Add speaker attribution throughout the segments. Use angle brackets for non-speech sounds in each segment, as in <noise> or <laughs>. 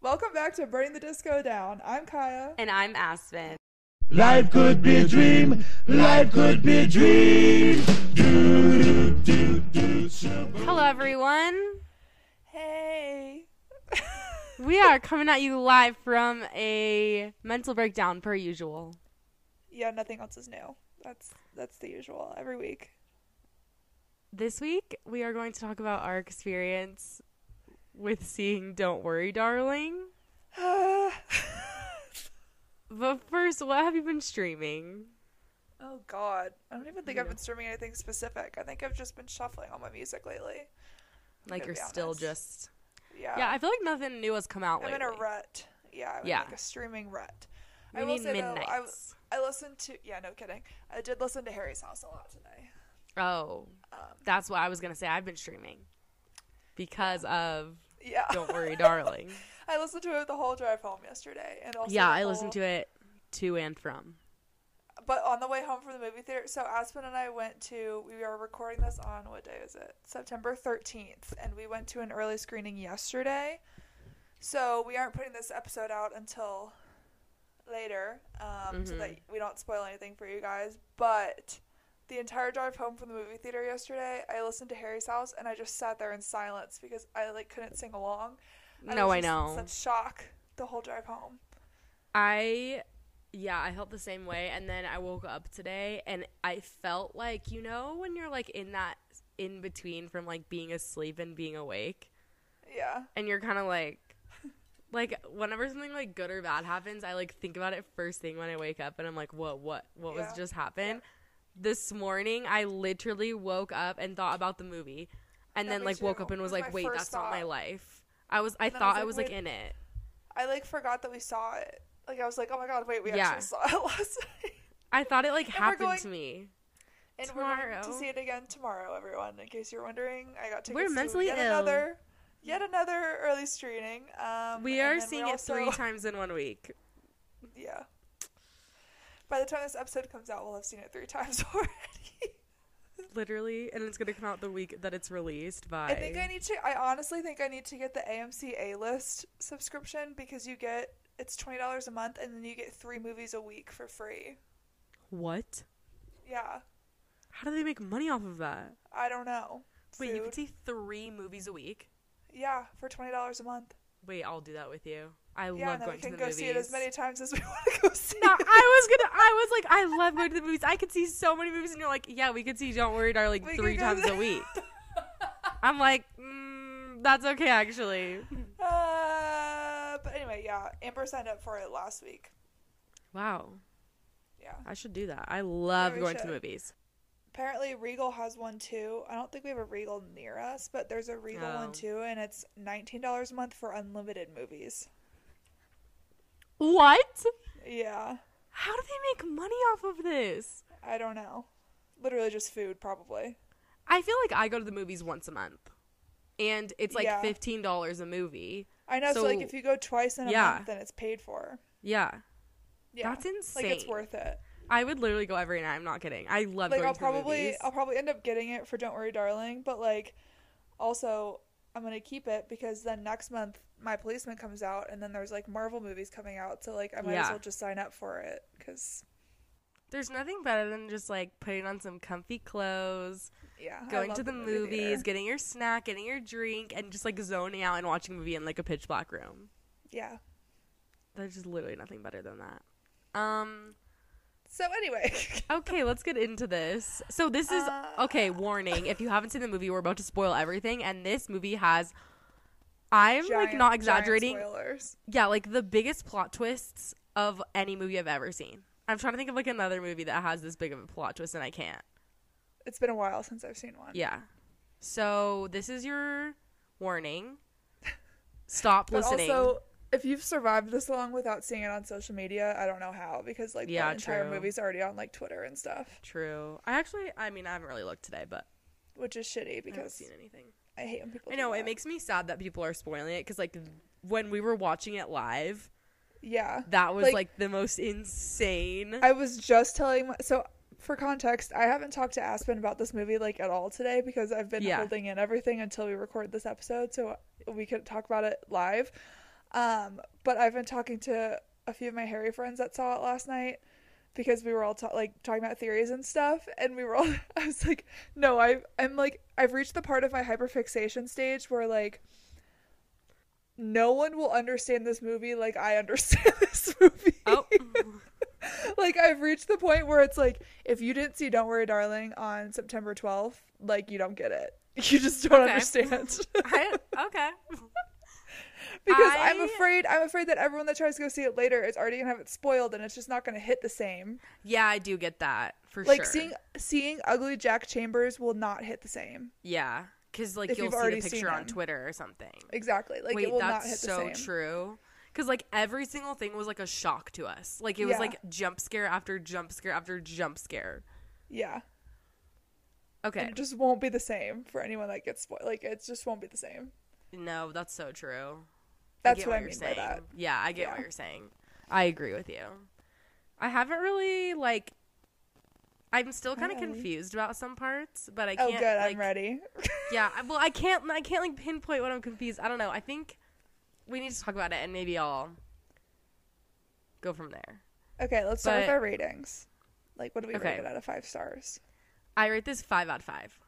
Speaker 1: Welcome back to Burning the Disco Down. I'm Kaya.
Speaker 2: And I'm Aspen.
Speaker 3: Life could be a dream. Life could be a dream. Do, do, do, do,
Speaker 2: Hello, everyone.
Speaker 1: Hey.
Speaker 2: We are coming at you live from a mental breakdown, per usual.
Speaker 1: yeah, nothing else is new. That's that's the usual every week. <sighs>
Speaker 2: This week, we are going to talk about our experience with seeing Don't Worry, Darling.
Speaker 1: oh
Speaker 2: But first, what have you been streaming?
Speaker 1: God, I don't even think I've been streaming anything specific. I think I've just been shuffling all my music lately.
Speaker 2: Like,
Speaker 1: gonna
Speaker 2: you're
Speaker 1: be
Speaker 2: still
Speaker 1: honest.
Speaker 2: just.
Speaker 1: Yeah,
Speaker 2: Yeah, I feel like nothing new has come out
Speaker 1: I'm
Speaker 2: lately.
Speaker 1: in a rut. Yeah, I'm
Speaker 2: Yeah.
Speaker 1: in like a streaming rut.
Speaker 2: We
Speaker 1: I will
Speaker 2: need
Speaker 1: say though, I,
Speaker 2: midnights.
Speaker 1: I listened to yeah, no kidding. I did listen to Harry's House a lot today.
Speaker 2: Oh,
Speaker 1: Um,
Speaker 2: that's what I was going to say. I've been streaming because of
Speaker 1: yeah,
Speaker 2: Don't Worry, Darling.
Speaker 1: <laughs> I listened to it the whole drive home yesterday, and also
Speaker 2: yeah,
Speaker 1: the
Speaker 2: I
Speaker 1: whole-
Speaker 2: listened to it to and from.
Speaker 1: But on the way home from the movie theater, so Aspen and I went to, we are recording this on, what day is it? September 13th. And we went to an early screening yesterday. So we aren't putting this episode out until later um,
Speaker 2: Mm-hmm.
Speaker 1: so that we don't spoil anything for you guys. But the entire drive home from the movie theater yesterday, I listened to Harry's House and I just sat there in silence because I like couldn't sing along. And
Speaker 2: No,
Speaker 1: was
Speaker 2: I
Speaker 1: just
Speaker 2: know.
Speaker 1: Such shock the whole drive home.
Speaker 2: I yeah, I felt the same way and then I woke up today and I felt like you know when you're like in that in between from like being asleep and being awake
Speaker 1: Yeah.
Speaker 2: and you're kind
Speaker 1: <laughs>
Speaker 2: of like like whenever something like good or bad happens, I like think about it first thing when I wake up and I'm like, "What what what was
Speaker 1: Yeah.
Speaker 2: just happened?" This morning I literally woke up and thought about the movie and
Speaker 1: Yeah,
Speaker 2: then
Speaker 1: me
Speaker 2: like woke
Speaker 1: too.
Speaker 2: up and
Speaker 1: It
Speaker 2: was
Speaker 1: was my
Speaker 2: like, "Wait,
Speaker 1: first
Speaker 2: that's not my
Speaker 1: thought.
Speaker 2: life." I was I
Speaker 1: then I
Speaker 2: thought
Speaker 1: was
Speaker 2: I
Speaker 1: like,
Speaker 2: was like
Speaker 1: wait-
Speaker 2: in it.
Speaker 1: I like forgot that we saw it. Like I was like, oh my god, wait, we
Speaker 2: Yeah.
Speaker 1: actually saw it <laughs> last night.
Speaker 2: I thought it like
Speaker 1: we're
Speaker 2: happened
Speaker 1: going-
Speaker 2: to me.
Speaker 1: And we're going to
Speaker 2: Tomorrow.
Speaker 1: see it again tomorrow, everyone. In case you're wondering, I got tickets
Speaker 2: We're mentally
Speaker 1: to yet
Speaker 2: ill.
Speaker 1: another, yet another early screening. Um,
Speaker 2: We
Speaker 1: and
Speaker 2: are
Speaker 1: then
Speaker 2: seeing
Speaker 1: we're
Speaker 2: it three
Speaker 1: also-
Speaker 2: times in one week.
Speaker 1: <laughs> Yeah. By the time this episode comes out, we'll have seen it three <laughs> times already.
Speaker 2: Literally, and it's gonna come out the week that it's released by
Speaker 1: I think I need to. I honestly think I need to get the AMC A List subscription because you get it's twenty dollars a month, and then you get three movies a week for free.
Speaker 2: what?
Speaker 1: Yeah,
Speaker 2: How do they make money off of that?
Speaker 1: I don't know.
Speaker 2: Wait, you
Speaker 1: Food.
Speaker 2: can see three movies a week.
Speaker 1: Yeah, for twenty dollars a month.
Speaker 2: Wait, I'll do that with you. I
Speaker 1: Yeah, and then
Speaker 2: love
Speaker 1: we
Speaker 2: going
Speaker 1: can
Speaker 2: to the
Speaker 1: go
Speaker 2: movies.
Speaker 1: see it as many times as we <laughs> want to go see.
Speaker 2: <laughs> no, I
Speaker 1: it.
Speaker 2: was gonna. I was like, I love going to the movies. I could see so many movies, and you're like, yeah, we could see Don't Worry, Darling
Speaker 1: We could
Speaker 2: three
Speaker 1: go
Speaker 2: times
Speaker 1: there. <laughs>
Speaker 2: a week. I'm like, mm, that's okay, actually.
Speaker 1: Uh, but anyway, yeah, Amber signed up for it last week.
Speaker 2: Wow,
Speaker 1: Yeah.
Speaker 2: I should do that. I love
Speaker 1: we
Speaker 2: going to
Speaker 1: should.
Speaker 2: the movies.
Speaker 1: Apparently, Regal has one too. I don't think we have a Regal near us, but there's a Regal
Speaker 2: Oh.
Speaker 1: one too, and it's nineteen dollars a month for unlimited movies.
Speaker 2: What?
Speaker 1: Yeah,
Speaker 2: How do they make money off of this?
Speaker 1: I don't know. Literally just food, probably.
Speaker 2: I feel like I go to the movies once a month, and it's like
Speaker 1: Yeah.
Speaker 2: fifteen dollars a movie.
Speaker 1: I know. So, like,
Speaker 2: So-
Speaker 1: if you go twice in a
Speaker 2: yeah.
Speaker 1: month, then it's paid for.
Speaker 2: Yeah,
Speaker 1: Yeah,
Speaker 2: that's insane.
Speaker 1: like it's worth it.
Speaker 2: I would literally go every night. I'm not kidding. I love
Speaker 1: like
Speaker 2: going
Speaker 1: I'll
Speaker 2: to
Speaker 1: probably
Speaker 2: the movies.
Speaker 1: I'll probably end up getting it for Don't Worry Darling, but like also I'm gonna keep it because then next month my policeman comes out and then there's like Marvel movies coming out, so like I might as
Speaker 2: Yeah.
Speaker 1: well just sign up for it because
Speaker 2: There's nothing better than just like putting on some comfy clothes,
Speaker 1: yeah, I
Speaker 2: going
Speaker 1: love
Speaker 2: to the,
Speaker 1: movie
Speaker 2: movies,
Speaker 1: theater.
Speaker 2: getting your snack, getting your drink, and just like zoning out and watching a movie in like a pitch black room.
Speaker 1: Yeah.
Speaker 2: There's just literally nothing better than that. Um.
Speaker 1: So anyway,
Speaker 2: Okay, let's get into this. So this is
Speaker 1: Uh.
Speaker 2: okay. Warning: If you haven't seen the movie, we're about to spoil everything, and this movie has. <laughs> I'm like
Speaker 1: Giant-
Speaker 2: not
Speaker 1: giant
Speaker 2: exaggerating.
Speaker 1: spoilers.
Speaker 2: Yeah, like the biggest plot twists of any movie I've ever seen. I'm trying to think of like another movie that has this big of a plot twist, and I can't.
Speaker 1: It's been a while since I've seen one.
Speaker 2: Yeah. So this is your warning. Stop
Speaker 1: but
Speaker 2: listening.
Speaker 1: also. If you've survived this long without seeing it on social media, I don't know how because like
Speaker 2: Yeah,
Speaker 1: the entire
Speaker 2: true.
Speaker 1: movie's already on like Twitter and stuff,
Speaker 2: True. I actually, I mean, I haven't really looked today, but
Speaker 1: which is shitty
Speaker 2: I haven't
Speaker 1: because
Speaker 2: seen anything.
Speaker 1: I, hate when people.
Speaker 2: I
Speaker 1: do
Speaker 2: know it
Speaker 1: that.
Speaker 2: makes me sad that people are spoiling it because like when we were watching it live,
Speaker 1: yeah
Speaker 2: That was like,
Speaker 1: Like-
Speaker 2: the most insane.
Speaker 1: I was just telling my, so for context, I haven't talked to Aspen about this movie like at all today because I've been
Speaker 2: Yeah.
Speaker 1: holding in everything until we record this episode so we could talk about it live. Um, but I've been talking to a few of my hairy friends that saw it last night because we were all ta- like talking about theories and stuff and we were all <laughs> I was like no I I'm like I've reached the part of my hyperfixation stage where like no one will understand this movie like I understand <laughs> this movie.
Speaker 2: <laughs>
Speaker 1: <laughs>
Speaker 2: Oh,
Speaker 1: like I've reached the point where it's like if you didn't see Don't Worry Darling on September 12th, like you don't get it. <laughs> You just don't
Speaker 2: Okay.
Speaker 1: understand.
Speaker 2: <laughs>
Speaker 1: <laughs>
Speaker 2: I, okay.
Speaker 1: because I... am
Speaker 2: I-
Speaker 1: afraid I'm afraid that everyone that tries to go see it later is already going to have it spoiled and it's just not going to hit the same.
Speaker 2: Yeah, I do get that for
Speaker 1: Like
Speaker 2: sure.
Speaker 1: seeing seeing ugly Jack Chambers will not hit the same.
Speaker 2: yeah, because like
Speaker 1: if
Speaker 2: you'll
Speaker 1: you've
Speaker 2: see
Speaker 1: already
Speaker 2: the
Speaker 1: seen
Speaker 2: picture on
Speaker 1: him.
Speaker 2: Twitter or something.
Speaker 1: Exactly. Like
Speaker 2: Wait,
Speaker 1: it will
Speaker 2: that's
Speaker 1: not hit the
Speaker 2: so
Speaker 1: same.
Speaker 2: true. Because like every single thing was like a shock to us. Like it was
Speaker 1: Yeah.
Speaker 2: like jump scare after jump scare after jump scare.
Speaker 1: Yeah.
Speaker 2: Okay,
Speaker 1: And it just won't be the same for anyone that gets spoiled. Like it just won't be the same.
Speaker 2: no, that's so true.
Speaker 1: That's
Speaker 2: get
Speaker 1: what I
Speaker 2: you're
Speaker 1: mean by
Speaker 2: saying.
Speaker 1: that.
Speaker 2: Yeah, I get what
Speaker 1: Yeah.
Speaker 2: you're saying. I agree with you. I haven't really like. I'm still kind of
Speaker 1: Okay.
Speaker 2: confused about some parts, but I
Speaker 1: Oh,
Speaker 2: can't.
Speaker 1: good.
Speaker 2: like,
Speaker 1: I'm ready. <laughs>
Speaker 2: Yeah, I- well, I can't. I can't like pinpoint what I'm confused. I don't know. I think we need to talk about it, and maybe I'll go from there.
Speaker 1: Okay, let's start with
Speaker 2: But-
Speaker 1: our ratings. Like, what do we
Speaker 2: Okay.
Speaker 1: rate it out of five stars?
Speaker 2: I rate this five out of five.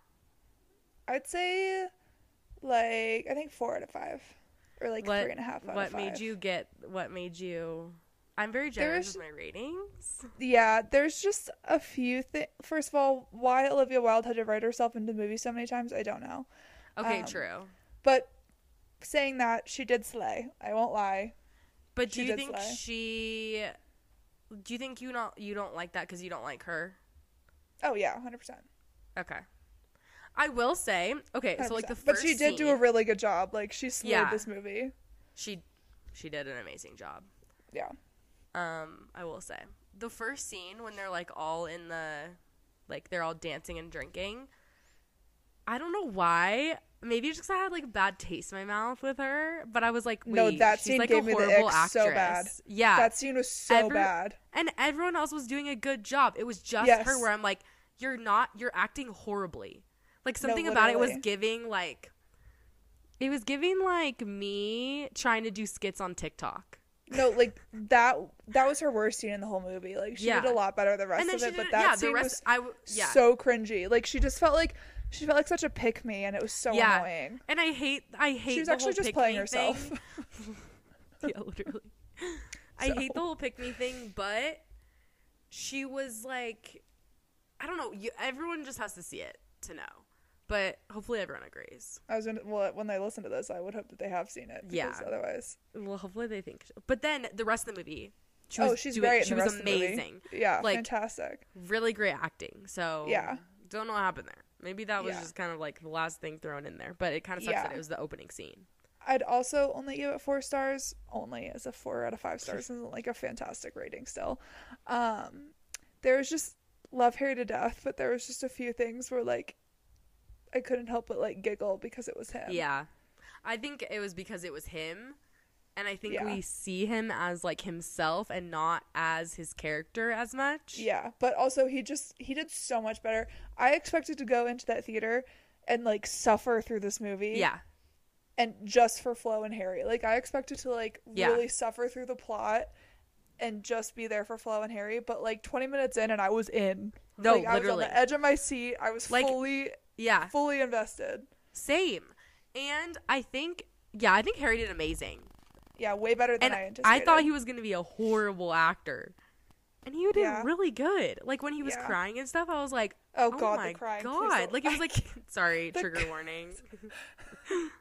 Speaker 1: I'd say, like, I think four out of five, or like
Speaker 2: What-
Speaker 1: three and a half out
Speaker 2: what
Speaker 1: of five.
Speaker 2: made you get? What made you? I'm very
Speaker 1: There
Speaker 2: generous
Speaker 1: was-
Speaker 2: with my
Speaker 1: <laughs>
Speaker 2: ratings.
Speaker 1: Yeah, there's just a few things. First of all, why Olivia Wilde had to write herself into the movie so many times, I don't know.
Speaker 2: Okay,
Speaker 1: Um,
Speaker 2: true.
Speaker 1: But saying that, she did slay. I won't lie.
Speaker 2: But
Speaker 1: she
Speaker 2: do you
Speaker 1: did
Speaker 2: think
Speaker 1: slay.
Speaker 2: she? Do you think you not you don't like that because you don't like her?
Speaker 1: Oh yeah, hundred percent.
Speaker 2: Okay. I will say okay. So like the first,
Speaker 1: but she did do a
Speaker 2: scene,
Speaker 1: really good job. Like she slayed
Speaker 2: Yeah.
Speaker 1: this movie.
Speaker 2: she she did an amazing job.
Speaker 1: Yeah.
Speaker 2: Um, I will say the first scene when they're like all in the, like they're all dancing and drinking. I don't know why. Maybe it's just 'cause I had like bad taste in my mouth with her, but I was like, Wait,
Speaker 1: No, that
Speaker 2: she's
Speaker 1: scene
Speaker 2: like
Speaker 1: gave
Speaker 2: a
Speaker 1: me the
Speaker 2: horrible
Speaker 1: ick
Speaker 2: actress.
Speaker 1: so bad.
Speaker 2: Yeah,
Speaker 1: That scene was so
Speaker 2: Every-
Speaker 1: bad.
Speaker 2: and everyone else was doing a good job. It was just
Speaker 1: Yes.
Speaker 2: her where I'm like, you're not, you're acting horribly. Like something about it was
Speaker 1: literally.
Speaker 2: giving like, it was giving like me trying to do skits on TikTok.
Speaker 1: No, like that that was her worst scene in the whole movie. Like she
Speaker 2: Yeah.
Speaker 1: did a lot better the rest
Speaker 2: and then
Speaker 1: of
Speaker 2: she
Speaker 1: it, but
Speaker 2: did,
Speaker 1: that
Speaker 2: yeah,
Speaker 1: scene
Speaker 2: the rest,
Speaker 1: was
Speaker 2: I, w- yeah.
Speaker 1: so cringy. Like she just felt like she felt like such a pick me, and it was so
Speaker 2: Yeah.
Speaker 1: annoying.
Speaker 2: And I hate, I hate.
Speaker 1: She was
Speaker 2: the
Speaker 1: actually
Speaker 2: whole
Speaker 1: just
Speaker 2: pick
Speaker 1: playing
Speaker 2: me
Speaker 1: herself.
Speaker 2: thing.
Speaker 1: <laughs>
Speaker 2: <laughs> yeah, literally. I hate the whole pick me thing, but she was like, I don't know. You, everyone just has to see it to know, but hopefully everyone agrees.
Speaker 1: I was gonna, well when they listen to this, I would hope that they have seen it.
Speaker 2: Yeah.
Speaker 1: Because otherwise,
Speaker 2: Well, hopefully they think. So. But then the rest of the movie, she was
Speaker 1: oh, she's
Speaker 2: doing,
Speaker 1: great. in
Speaker 2: She
Speaker 1: the
Speaker 2: was
Speaker 1: rest of the movie.
Speaker 2: amazing.
Speaker 1: Yeah,
Speaker 2: Like-
Speaker 1: fantastic.
Speaker 2: Really great acting. So
Speaker 1: Yeah.
Speaker 2: don't know what happened there. Maybe that was
Speaker 1: Yeah.
Speaker 2: just kind of like the last thing thrown in there, but it kind of sucks that
Speaker 1: Yeah.
Speaker 2: it was the opening scene.
Speaker 1: I'd also only give it four stars, only as a four out of five
Speaker 2: <laughs>
Speaker 1: stars, isn't like a fantastic rating still. Um, there was just love Harry to death, but there was just a few things where like I couldn't help but like giggle because it was him.
Speaker 2: Yeah. I think it was because it was him. And I think
Speaker 1: Yeah.
Speaker 2: we see him as like himself and not as his character as much.
Speaker 1: Yeah, but also he just he did so much better. I expected to go into that theater and like suffer through this movie.
Speaker 2: Yeah.
Speaker 1: And just for Flo and Harry. Like I expected to like
Speaker 2: Yeah.
Speaker 1: really suffer through the plot and just be there for Flo and Harry, but like 20 minutes in and I was in.
Speaker 2: No,
Speaker 1: like, I was on
Speaker 2: literally.
Speaker 1: the edge of my seat. I was
Speaker 2: Like-
Speaker 1: fully
Speaker 2: Yeah.
Speaker 1: fully invested.
Speaker 2: Same. And I think, yeah, I think Harry did amazing.
Speaker 1: Yeah, way better than
Speaker 2: and
Speaker 1: I
Speaker 2: I,
Speaker 1: anticipated.
Speaker 2: thought he was going to be a horrible actor. And he did
Speaker 1: Yeah.
Speaker 2: really good. Like when he was
Speaker 1: Yeah.
Speaker 2: crying and stuff, I was like,
Speaker 1: Oh,
Speaker 2: "Oh
Speaker 1: god,
Speaker 2: my
Speaker 1: the crying. please
Speaker 2: god!"
Speaker 1: don't-
Speaker 2: Like it was like, <laughs> "Sorry,
Speaker 1: The
Speaker 2: trigger
Speaker 1: cr-
Speaker 2: warning."
Speaker 1: <laughs>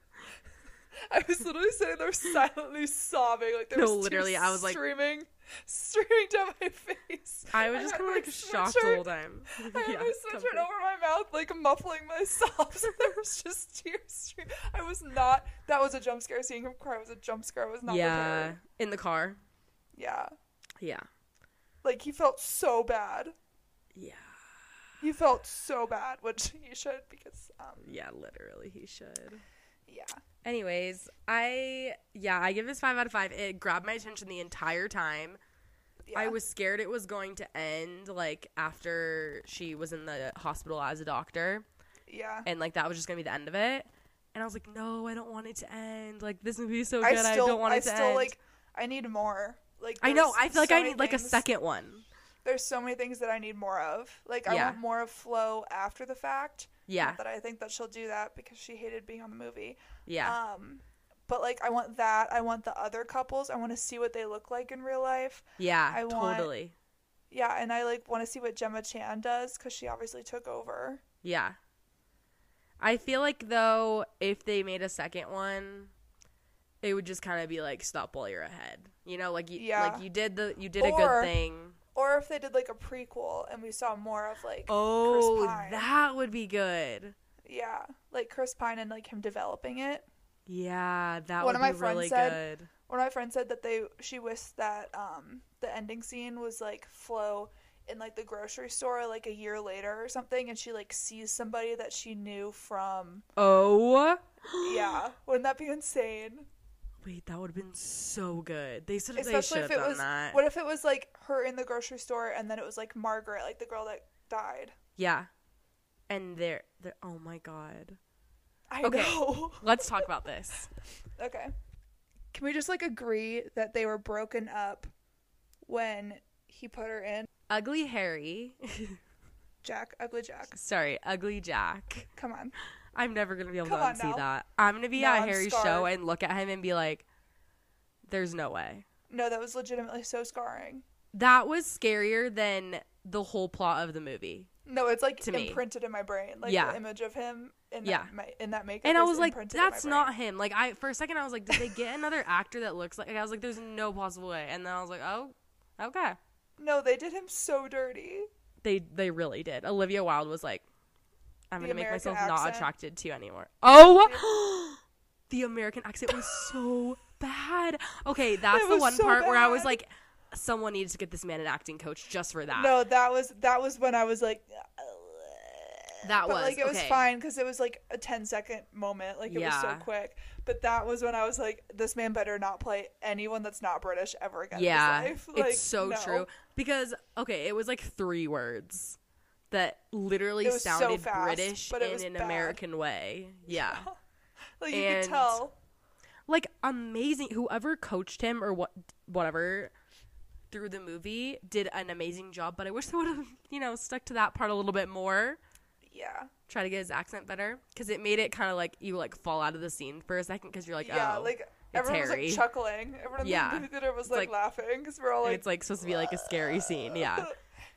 Speaker 1: I was literally sitting there silently sobbing, like there
Speaker 2: No,
Speaker 1: was tears
Speaker 2: literally, I was, like-
Speaker 1: streaming, streaming down my face.
Speaker 2: I
Speaker 1: <laughs>
Speaker 2: was just
Speaker 1: had
Speaker 2: kind of
Speaker 1: my
Speaker 2: like shocked the
Speaker 1: sweatshirt-
Speaker 2: whole time.
Speaker 1: <laughs>
Speaker 2: <laughs>
Speaker 1: I had
Speaker 2: Yeah,
Speaker 1: my switch
Speaker 2: comfort.
Speaker 1: right over my mouth, like muffling my sobs. and <laughs> there was just tears stream. I was not. That was a jump scare. Seeing him cry was a jump scare. I was not
Speaker 2: yeah,
Speaker 1: prepared.
Speaker 2: in the car.
Speaker 1: Yeah,
Speaker 2: Yeah,
Speaker 1: like he felt so bad.
Speaker 2: yeah,
Speaker 1: He felt so bad, <laughs> which he should because um
Speaker 2: yeah. Literally, he should.
Speaker 1: yeah.
Speaker 2: Anyways, I yeah, I give this five out of five. It grabbed my attention the entire time.
Speaker 1: yeah.
Speaker 2: I was scared it was going to end like after she was in the hospital as a doctor,
Speaker 1: yeah.
Speaker 2: and like that was just gonna be the end of it. And I was like, no, I don't want it to end. Like this movie is so
Speaker 1: I
Speaker 2: good, I
Speaker 1: still,
Speaker 2: don't want it
Speaker 1: I
Speaker 2: to
Speaker 1: still
Speaker 2: end.
Speaker 1: like, I need more. Like
Speaker 2: I know.
Speaker 1: there's
Speaker 2: I feel like
Speaker 1: so
Speaker 2: I
Speaker 1: many
Speaker 2: need like a
Speaker 1: things-
Speaker 2: second one.
Speaker 1: There's so many things that I need more of. Like I
Speaker 2: Yeah.
Speaker 1: want more of Flo after the fact.
Speaker 2: Yeah,
Speaker 1: Not that I think that she'll do that because she hated being on the movie.
Speaker 2: yeah,
Speaker 1: Um, but like I want that. I want the other couples. I want to see what they look like in real life.
Speaker 2: yeah.
Speaker 1: I want-
Speaker 2: totally.
Speaker 1: Yeah, and I like want to see what Gemma Chan does because she obviously took over.
Speaker 2: Yeah. I feel like though if they made a second one, it would just kind of be like stop while you're ahead. You know, like you
Speaker 1: Yeah.
Speaker 2: like you did the you did a
Speaker 1: Or-
Speaker 2: good thing.
Speaker 1: Or if they did like a prequel and we saw more of like
Speaker 2: Oh,
Speaker 1: Pine.
Speaker 2: that would be good.
Speaker 1: yeah, like Chris Pine and like him developing it.
Speaker 2: Yeah, that
Speaker 1: One
Speaker 2: would
Speaker 1: of my
Speaker 2: be
Speaker 1: friends
Speaker 2: really
Speaker 1: said-
Speaker 2: good.
Speaker 1: One of my friends said that they she wished that um the ending scene was like Flo in like the grocery store like a year later or something and she like sees somebody that she knew from
Speaker 2: <gasps>
Speaker 1: <gasps>
Speaker 2: Oh.
Speaker 1: yeah wouldn't that be insane
Speaker 2: Wait, that would have been so good. They said they
Speaker 1: especially
Speaker 2: should
Speaker 1: if
Speaker 2: have
Speaker 1: it
Speaker 2: done
Speaker 1: was
Speaker 2: that.
Speaker 1: what if it was like her in the grocery store and then it was like margaret like the girl that died
Speaker 2: yeah. And they're, they're oh my god.
Speaker 1: i
Speaker 2: Okay.
Speaker 1: know <laughs>
Speaker 2: Let's talk about this.
Speaker 1: okay can we just like agree that they were broken up when he put her in
Speaker 2: Ugly Harry. <laughs>
Speaker 1: jack ugly jack
Speaker 2: Sorry, Ugly Jack.
Speaker 1: come on
Speaker 2: I'm never gonna be able
Speaker 1: Come
Speaker 2: to
Speaker 1: on
Speaker 2: unsee
Speaker 1: now.
Speaker 2: that. I'm gonna be
Speaker 1: Now
Speaker 2: at
Speaker 1: I'm
Speaker 2: Harry's
Speaker 1: scarred.
Speaker 2: show and look at him and be like, "There's no way."
Speaker 1: no that was legitimately so scarring
Speaker 2: That was scarier than the whole plot of the movie.
Speaker 1: no it's like
Speaker 2: To me.
Speaker 1: imprinted in my brain like
Speaker 2: Yeah.
Speaker 1: the image of him in
Speaker 2: Yeah.
Speaker 1: that, ma- in that makeup
Speaker 2: And I
Speaker 1: is
Speaker 2: was like,
Speaker 1: imprinted in my
Speaker 2: "That's
Speaker 1: brain."
Speaker 2: not him." Like I for a second I was like, "Did they get <laughs> another actor that looks like?" I was like, "There's no possible way." And then I was like, "Oh, okay."
Speaker 1: no they did him so dirty
Speaker 2: They they really did. Olivia Wilde was like, "I'm
Speaker 1: The
Speaker 2: gonna make
Speaker 1: American
Speaker 2: myself not
Speaker 1: accent.
Speaker 2: attracted to you anymore." Oh. <gasps> The American accent was so bad. Okay, that's the
Speaker 1: was
Speaker 2: one
Speaker 1: so
Speaker 2: part where I was
Speaker 1: bad.
Speaker 2: like, someone needs to get this man an acting coach just for that.
Speaker 1: No, that was that was when I was like,
Speaker 2: that
Speaker 1: but
Speaker 2: was
Speaker 1: like it was
Speaker 2: okay.
Speaker 1: fine because it was like a 10 second moment, like it was so
Speaker 2: Yeah.
Speaker 1: quick. But that was when I was like, this man better not play anyone that's not British ever again. in his
Speaker 2: Yeah,
Speaker 1: life. <laughs> Like,
Speaker 2: it's so
Speaker 1: no.
Speaker 2: true because okay, it was like three words that literally
Speaker 1: It was so
Speaker 2: sounded
Speaker 1: fast,
Speaker 2: British
Speaker 1: but it
Speaker 2: in
Speaker 1: was
Speaker 2: an
Speaker 1: bad.
Speaker 2: American way. Yeah,
Speaker 1: Like you
Speaker 2: And-
Speaker 1: could tell.
Speaker 2: like amazing. Whoever coached him or what, whatever, through the movie did an amazing job. But I wish they would have you know stuck to that part a little bit more.
Speaker 1: Yeah,
Speaker 2: try to get his accent better because it made it kind of like you like fall out of the scene for a second because you're like
Speaker 1: yeah.
Speaker 2: oh
Speaker 1: Like everyone
Speaker 2: Harry.
Speaker 1: was like chuckling. Everyone
Speaker 2: Yeah.
Speaker 1: in the movie theater was
Speaker 2: It's
Speaker 1: like,
Speaker 2: like-
Speaker 1: laughing because we're all
Speaker 2: And
Speaker 1: like,
Speaker 2: it's like supposed to be like a scary
Speaker 1: <laughs>
Speaker 2: scene yeah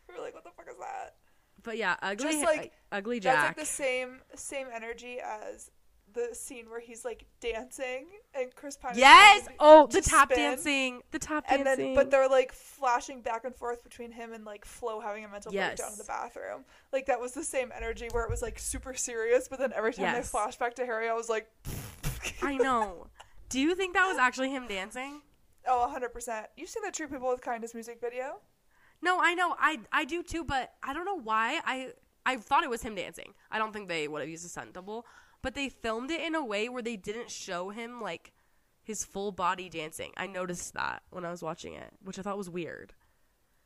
Speaker 1: we're like, what the fuck is that?
Speaker 2: but yeah ugly
Speaker 1: Just, like,
Speaker 2: ugly
Speaker 1: That's
Speaker 2: Jack
Speaker 1: like the same same energy as the scene where he's like dancing and Chris Pine. is
Speaker 2: yes
Speaker 1: dancing.
Speaker 2: oh the
Speaker 1: to
Speaker 2: tap
Speaker 1: spin.
Speaker 2: dancing the tap
Speaker 1: and
Speaker 2: dancing
Speaker 1: then but they're like flashing back and forth between him and like Flo having a mental breakdown in
Speaker 2: Yes.
Speaker 1: the bathroom. Like that was the same energy where it was like super serious, but then every time they
Speaker 2: Yes.
Speaker 1: flash back to Harry, I was like,
Speaker 2: I know do you think that was actually him dancing
Speaker 1: oh, 100 percent. You've seen the True People with Kindness music video?
Speaker 2: no I know I I do too but I don't know why I I thought it was him dancing I don't think they would have used a stunt double but they filmed it in a way where they didn't show him like his full body dancing I noticed that when I was watching it which I thought was weird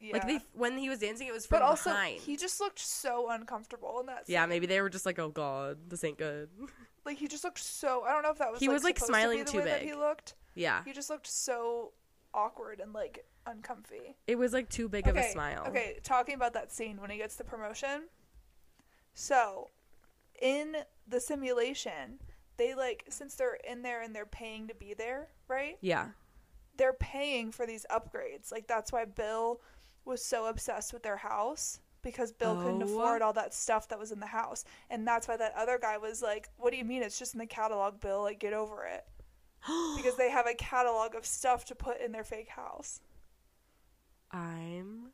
Speaker 1: Yeah.
Speaker 2: Like they when he was dancing, it was from
Speaker 1: but also,
Speaker 2: behind.
Speaker 1: he just looked so uncomfortable in that. Scene.
Speaker 2: yeah, maybe they were just like, "Oh God, this ain't good." <laughs>
Speaker 1: Like he just looked so. I don't know if that was.
Speaker 2: He was, like,
Speaker 1: supposed to be
Speaker 2: smiling
Speaker 1: the
Speaker 2: too
Speaker 1: way That
Speaker 2: big. Ah.
Speaker 1: he looked.
Speaker 2: yeah,
Speaker 1: He just looked so awkward and like uncomfy.
Speaker 2: it was like too big of a smile.
Speaker 1: Okay, talking about that scene when he gets the promotion. So, in the simulation, they like since they're in there and they're paying to be there, right?
Speaker 2: Yeah,
Speaker 1: They're paying for these upgrades. Like that's why Bill was so obsessed with their house because Bill couldn't
Speaker 2: Oh.
Speaker 1: afford all that stuff that was in the house. And that's why that other guy was like, "What do you mean it's just in the catalog, Bill? Like get over
Speaker 2: <gasps>
Speaker 1: it." because they have a catalog of stuff to put in their fake house.
Speaker 2: I'm.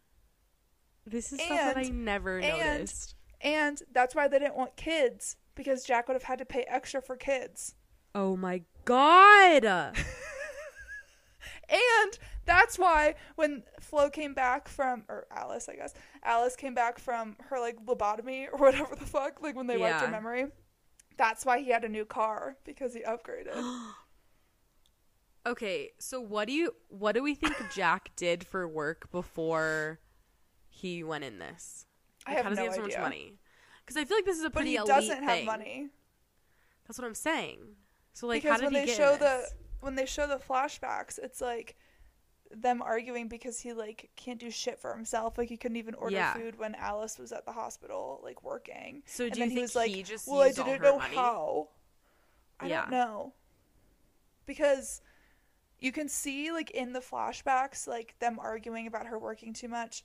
Speaker 2: This is stuff that I
Speaker 1: And-
Speaker 2: never
Speaker 1: and-
Speaker 2: noticed.
Speaker 1: And that's why they didn't want kids because Jack would have had to pay extra for kids.
Speaker 2: Oh my God!
Speaker 1: And that's why when Flo came back from or Alice, I guess. Alice came back from her like lobotomy or <laughs> whatever the fuck, like when they wiped her
Speaker 2: Yeah.
Speaker 1: memory. That's why he had a new car because he
Speaker 2: <gasps>
Speaker 1: upgraded.
Speaker 2: okay, so what do you what do we think
Speaker 1: <laughs>
Speaker 2: Jack did for work before he went in this?
Speaker 1: I
Speaker 2: Like,
Speaker 1: have
Speaker 2: how does
Speaker 1: no
Speaker 2: he have so
Speaker 1: idea.
Speaker 2: much money? Because I feel like this is a
Speaker 1: But
Speaker 2: pretty
Speaker 1: he
Speaker 2: elite
Speaker 1: doesn't have
Speaker 2: thing.
Speaker 1: money.
Speaker 2: That's what I'm saying. So like,
Speaker 1: because
Speaker 2: how did
Speaker 1: when
Speaker 2: he
Speaker 1: they
Speaker 2: get
Speaker 1: show
Speaker 2: in
Speaker 1: the
Speaker 2: this?
Speaker 1: when they show the flashbacks, it's like them arguing because he like can't do shit for himself. Like he couldn't even order
Speaker 2: Yeah.
Speaker 1: food when Alice was at the hospital, like working.
Speaker 2: So do
Speaker 1: and
Speaker 2: you
Speaker 1: then
Speaker 2: think
Speaker 1: he was like,
Speaker 2: he just
Speaker 1: "Well, I
Speaker 2: used all
Speaker 1: didn't
Speaker 2: her
Speaker 1: know
Speaker 2: money?"
Speaker 1: how." I
Speaker 2: Yeah.
Speaker 1: don't know because you can see like in the flashbacks like them arguing about her working too much,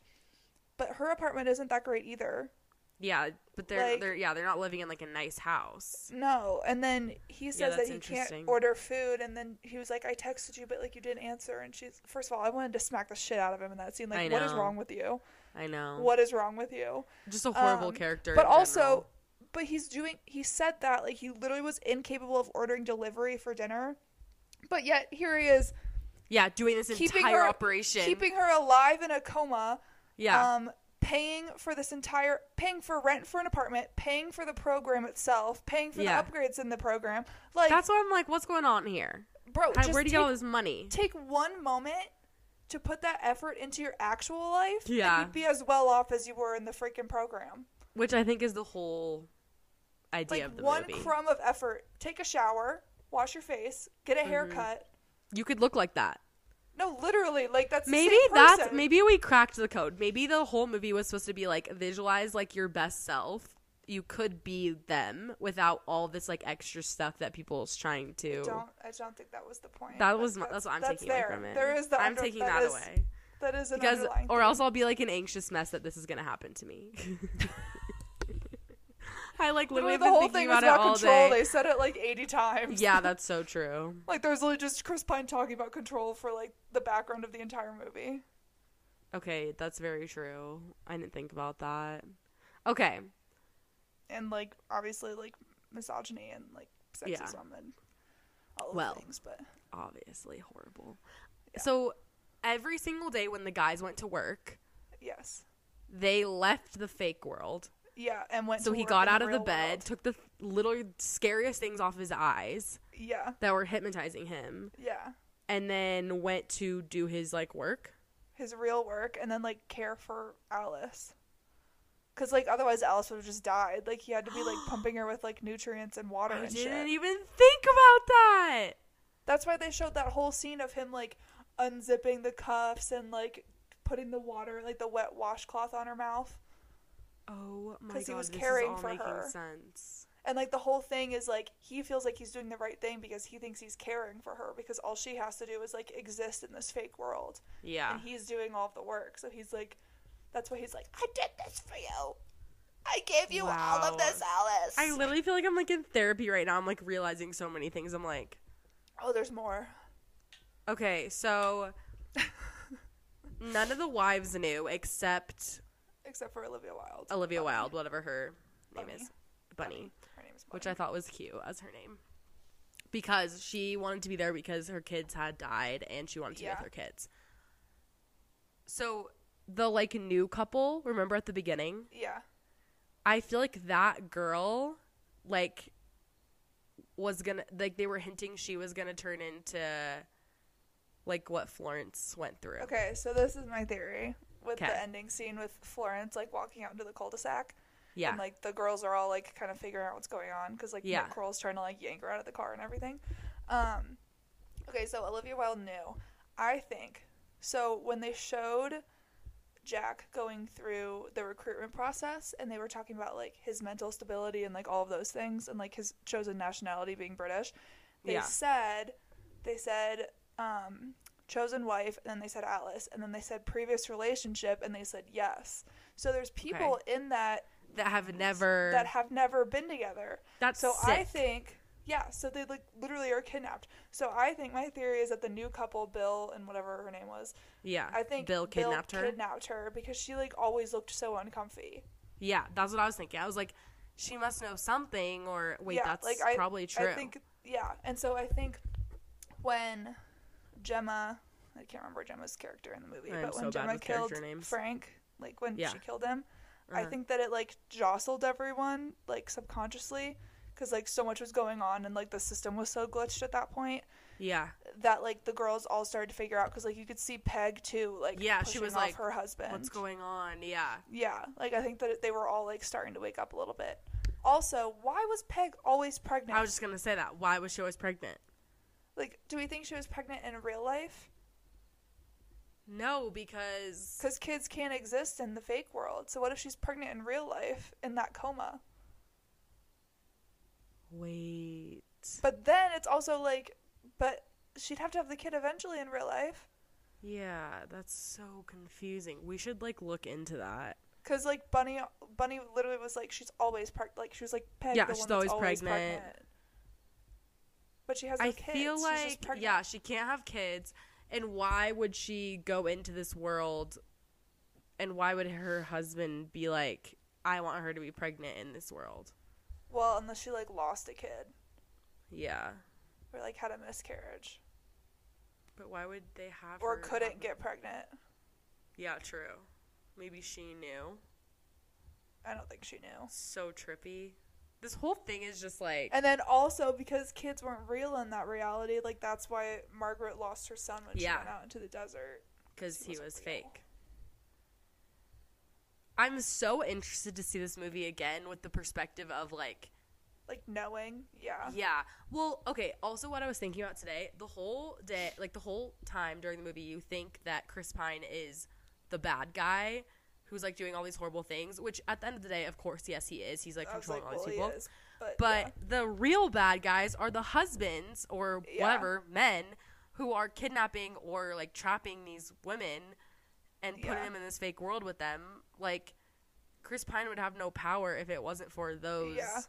Speaker 1: but her apartment isn't that great either.
Speaker 2: Yeah, but they're
Speaker 1: Like-
Speaker 2: they're yeah they're not living in like a nice house.
Speaker 1: No, and then he says that
Speaker 2: that's
Speaker 1: he
Speaker 2: interesting.
Speaker 1: can't order food, and then he was like, "I texted you, but like you didn't answer." And she's first of all, I wanted to smack the shit out of him in that scene.
Speaker 2: I
Speaker 1: Like, what is
Speaker 2: know.
Speaker 1: wrong with you?
Speaker 2: I know.
Speaker 1: What is wrong with you?
Speaker 2: Just a horrible
Speaker 1: Um,
Speaker 2: character.
Speaker 1: But
Speaker 2: in
Speaker 1: also,
Speaker 2: general.
Speaker 1: but he's doing. He said that like he literally was incapable of ordering delivery for dinner, but yet here he is
Speaker 2: yeah, doing this
Speaker 1: keeping
Speaker 2: entire
Speaker 1: her
Speaker 2: operation.
Speaker 1: keeping her alive in a coma.
Speaker 2: yeah,
Speaker 1: Um, paying for this entire paying for rent for an apartment, paying for the program itself, paying for
Speaker 2: Yeah.
Speaker 1: the upgrades in the program. Like,
Speaker 2: that's why I'm like, what's going on here?
Speaker 1: bro,
Speaker 2: How,
Speaker 1: just
Speaker 2: where do
Speaker 1: take
Speaker 2: you get all this money?
Speaker 1: take one moment to put that effort into your actual life, and
Speaker 2: Yeah.
Speaker 1: you'd be as well off as you were in the freaking program.
Speaker 2: Which I think is the whole
Speaker 1: Like
Speaker 2: idea of the
Speaker 1: one
Speaker 2: movie.
Speaker 1: crumb of effort. Take a shower, wash your face, get
Speaker 2: Mm-hmm.
Speaker 1: a haircut.
Speaker 2: you could look like that.
Speaker 1: No, literally, like that's the
Speaker 2: Maybe
Speaker 1: same
Speaker 2: that's
Speaker 1: person.
Speaker 2: maybe we cracked the code. Maybe the whole movie was supposed to be like visualize like your best self. You could be them without all this like extra stuff that people's trying to.
Speaker 1: Don't I don't think that was the point.
Speaker 2: That
Speaker 1: but
Speaker 2: was my, that's what I'm taking
Speaker 1: there.
Speaker 2: away from it.
Speaker 1: There is the
Speaker 2: I'm
Speaker 1: under-
Speaker 2: taking
Speaker 1: that
Speaker 2: that
Speaker 1: is-
Speaker 2: away
Speaker 1: That is an
Speaker 2: because
Speaker 1: underlying
Speaker 2: or
Speaker 1: thing.
Speaker 2: else I'll be like an anxious mess that this is gonna happen to me. <laughs> I like
Speaker 1: literally
Speaker 2: literally have
Speaker 1: the
Speaker 2: been
Speaker 1: whole
Speaker 2: thinking
Speaker 1: thing was
Speaker 2: about it
Speaker 1: about
Speaker 2: all
Speaker 1: control.
Speaker 2: day.
Speaker 1: They said it like eighty times.
Speaker 2: Yeah, that's so true.
Speaker 1: Like there's literally just Chris Pine talking about control for like the background of the entire movie.
Speaker 2: Okay, that's very true. I didn't think about that. Okay,
Speaker 1: and like obviously like misogyny and like
Speaker 2: Yeah.
Speaker 1: sexism and all of
Speaker 2: Well.
Speaker 1: the things. But
Speaker 2: obviously horrible. So every single day when the guys went to work,
Speaker 1: yes,
Speaker 2: they left the fake world.
Speaker 1: yeah, and went.
Speaker 2: So
Speaker 1: to
Speaker 2: he
Speaker 1: work
Speaker 2: got
Speaker 1: in
Speaker 2: out of the
Speaker 1: real
Speaker 2: bed,
Speaker 1: world.
Speaker 2: took the little scariest things off his eyes
Speaker 1: Yeah,
Speaker 2: that were hypnotizing him.
Speaker 1: yeah,
Speaker 2: and then went to do his like work.
Speaker 1: his real work, and then like care for Alice. Cause like otherwise Alice would have just died. Like he had to be
Speaker 2: <gasps>
Speaker 1: like pumping her with like nutrients and water
Speaker 2: I
Speaker 1: and
Speaker 2: didn't e-
Speaker 1: shit.
Speaker 2: even think about that.
Speaker 1: That's why they showed that whole scene of him like unzipping the cuffs and like putting the water like the wet washcloth on her mouth.
Speaker 2: Oh my god,
Speaker 1: 'Cause he was
Speaker 2: this
Speaker 1: caring
Speaker 2: is all
Speaker 1: for
Speaker 2: making
Speaker 1: her.
Speaker 2: sense.
Speaker 1: And like the whole thing is like he feels like he's doing the right thing because he thinks he's caring for her because all she has to do is like exist in this fake world.
Speaker 2: Yeah,
Speaker 1: And he's doing all of the work. So he's like that's why he's like, I did this for you. I gave you all
Speaker 2: Wow.
Speaker 1: of this, Alice.
Speaker 2: I literally feel like I'm like in therapy right now. I'm like realizing so many things. I'm like,
Speaker 1: oh, there's more.
Speaker 2: okay, so none of the wives knew except
Speaker 1: Except for Olivia Wilde.
Speaker 2: Olivia
Speaker 1: Bunny.
Speaker 2: Wilde, whatever her name
Speaker 1: Bunny.
Speaker 2: is, Bunny,
Speaker 1: Her name is
Speaker 2: which I
Speaker 1: Bunny.
Speaker 2: thought was cute as her name. Because she wanted to be there because her kids had died and she wanted to be
Speaker 1: Yeah.
Speaker 2: with her kids. So the like new couple, remember at the beginning?
Speaker 1: Yeah.
Speaker 2: I feel like that girl like was gonna like they were hinting she was gonna turn into like what Florence went through.
Speaker 1: Okay, so this is my theory with
Speaker 2: Okay.
Speaker 1: the ending scene with Florence like walking out into the cul-de-sac.
Speaker 2: Yeah.
Speaker 1: And like the girls are all like kind of figuring out what's going on because like
Speaker 2: Yeah.
Speaker 1: Nick Kroll's trying to like yank her out of the car and everything. Um, okay, so Olivia Wilde knew. I think so when they showed Jack going through the recruitment process and they were talking about like his mental stability and like all of those things and like his chosen nationality being British. They
Speaker 2: Yeah.
Speaker 1: said they said um chosen wife and then they said Alice and then they said previous relationship and they said yes. So there's people in that
Speaker 2: that have never
Speaker 1: that have never been together.
Speaker 2: that's
Speaker 1: So I
Speaker 2: sick.
Speaker 1: think, yeah, so they like literally are kidnapped. So I think my theory is that the new couple, Bill and whatever her name was,
Speaker 2: yeah.
Speaker 1: I think
Speaker 2: Uh, Bill kidnapped her.
Speaker 1: kidnapped her because she like always looked so uncomfy.
Speaker 2: Yeah, that's what I was thinking. I was like, she must know something, or wait,
Speaker 1: yeah,
Speaker 2: that's
Speaker 1: like I,
Speaker 2: probably true.
Speaker 1: I think, yeah, and so I think when Gemma, I can't remember Gemma's character in the movie,
Speaker 2: I am
Speaker 1: but when
Speaker 2: so bad
Speaker 1: Gemma
Speaker 2: with character
Speaker 1: killed
Speaker 2: names.
Speaker 1: Frank, like when
Speaker 2: Yeah.
Speaker 1: she killed him, I
Speaker 2: Uh-huh.
Speaker 1: think that it like jostled everyone like subconsciously because like so much was going on and like the system was so glitched at that point
Speaker 2: yeah,
Speaker 1: that like the girls all started to figure out because like you could see Peg too like
Speaker 2: Yeah, she
Speaker 1: pushing
Speaker 2: was
Speaker 1: off
Speaker 2: like,
Speaker 1: her husband
Speaker 2: what's going on? Yeah,
Speaker 1: yeah like I think that they were all like starting to wake up a little bit Also, why was Peg always pregnant?
Speaker 2: I was just gonna say that. Why was she always pregnant?
Speaker 1: like, do we think she was pregnant in real life?
Speaker 2: No, because
Speaker 1: Because kids can't exist in the fake world. So what if she's pregnant in real life in that coma?
Speaker 2: wait.
Speaker 1: But then it's also like, but she'd have to have the kid eventually in real life.
Speaker 2: Yeah, that's so confusing. We should like look into that.
Speaker 1: Cause like Bunny, Bunny literally was like, she's always pregnant. Like she was like, Peg,
Speaker 2: Yeah,
Speaker 1: the one
Speaker 2: she's
Speaker 1: that's
Speaker 2: always
Speaker 1: pregnant.
Speaker 2: pregnant.
Speaker 1: But she has no
Speaker 2: I
Speaker 1: kids.
Speaker 2: feel
Speaker 1: she's just
Speaker 2: like
Speaker 1: pregnant.
Speaker 2: yeah, she can't have kids, and why would she go into this world? And why would her husband be like, I want her to be pregnant in this world?
Speaker 1: Well, unless she like lost a kid
Speaker 2: Yeah,
Speaker 1: or like had a miscarriage
Speaker 2: but why would they have
Speaker 1: or
Speaker 2: her
Speaker 1: couldn't
Speaker 2: have-
Speaker 1: get pregnant.
Speaker 2: Yeah, true. Maybe she knew.
Speaker 1: I don't think she knew.
Speaker 2: So trippy. This whole thing is just like
Speaker 1: And then also because kids weren't real in that reality, like that's why Margaret lost her son when she
Speaker 2: Yeah.
Speaker 1: went out into the desert.
Speaker 2: because he
Speaker 1: wasn't
Speaker 2: was
Speaker 1: real.
Speaker 2: fake. I'm so interested to see this movie again with the perspective of like
Speaker 1: Like knowing, yeah.
Speaker 2: Yeah. Well, okay. Also, what I was thinking about today, the whole day, like the whole time during the movie, you think that Chris Pine is the bad guy who's like doing all these horrible things, which at the end of the day, of course, yes, he is. He's like
Speaker 1: I was
Speaker 2: controlling
Speaker 1: like,
Speaker 2: all
Speaker 1: well,
Speaker 2: these
Speaker 1: he
Speaker 2: people.
Speaker 1: is, but, yeah.
Speaker 2: But the real bad guys are the husbands or
Speaker 1: Yeah.
Speaker 2: whatever men who are kidnapping or like trapping these women and putting
Speaker 1: Yeah.
Speaker 2: them in this fake world with them. Like Chris Pine would have no power if it wasn't for those
Speaker 1: Yeah.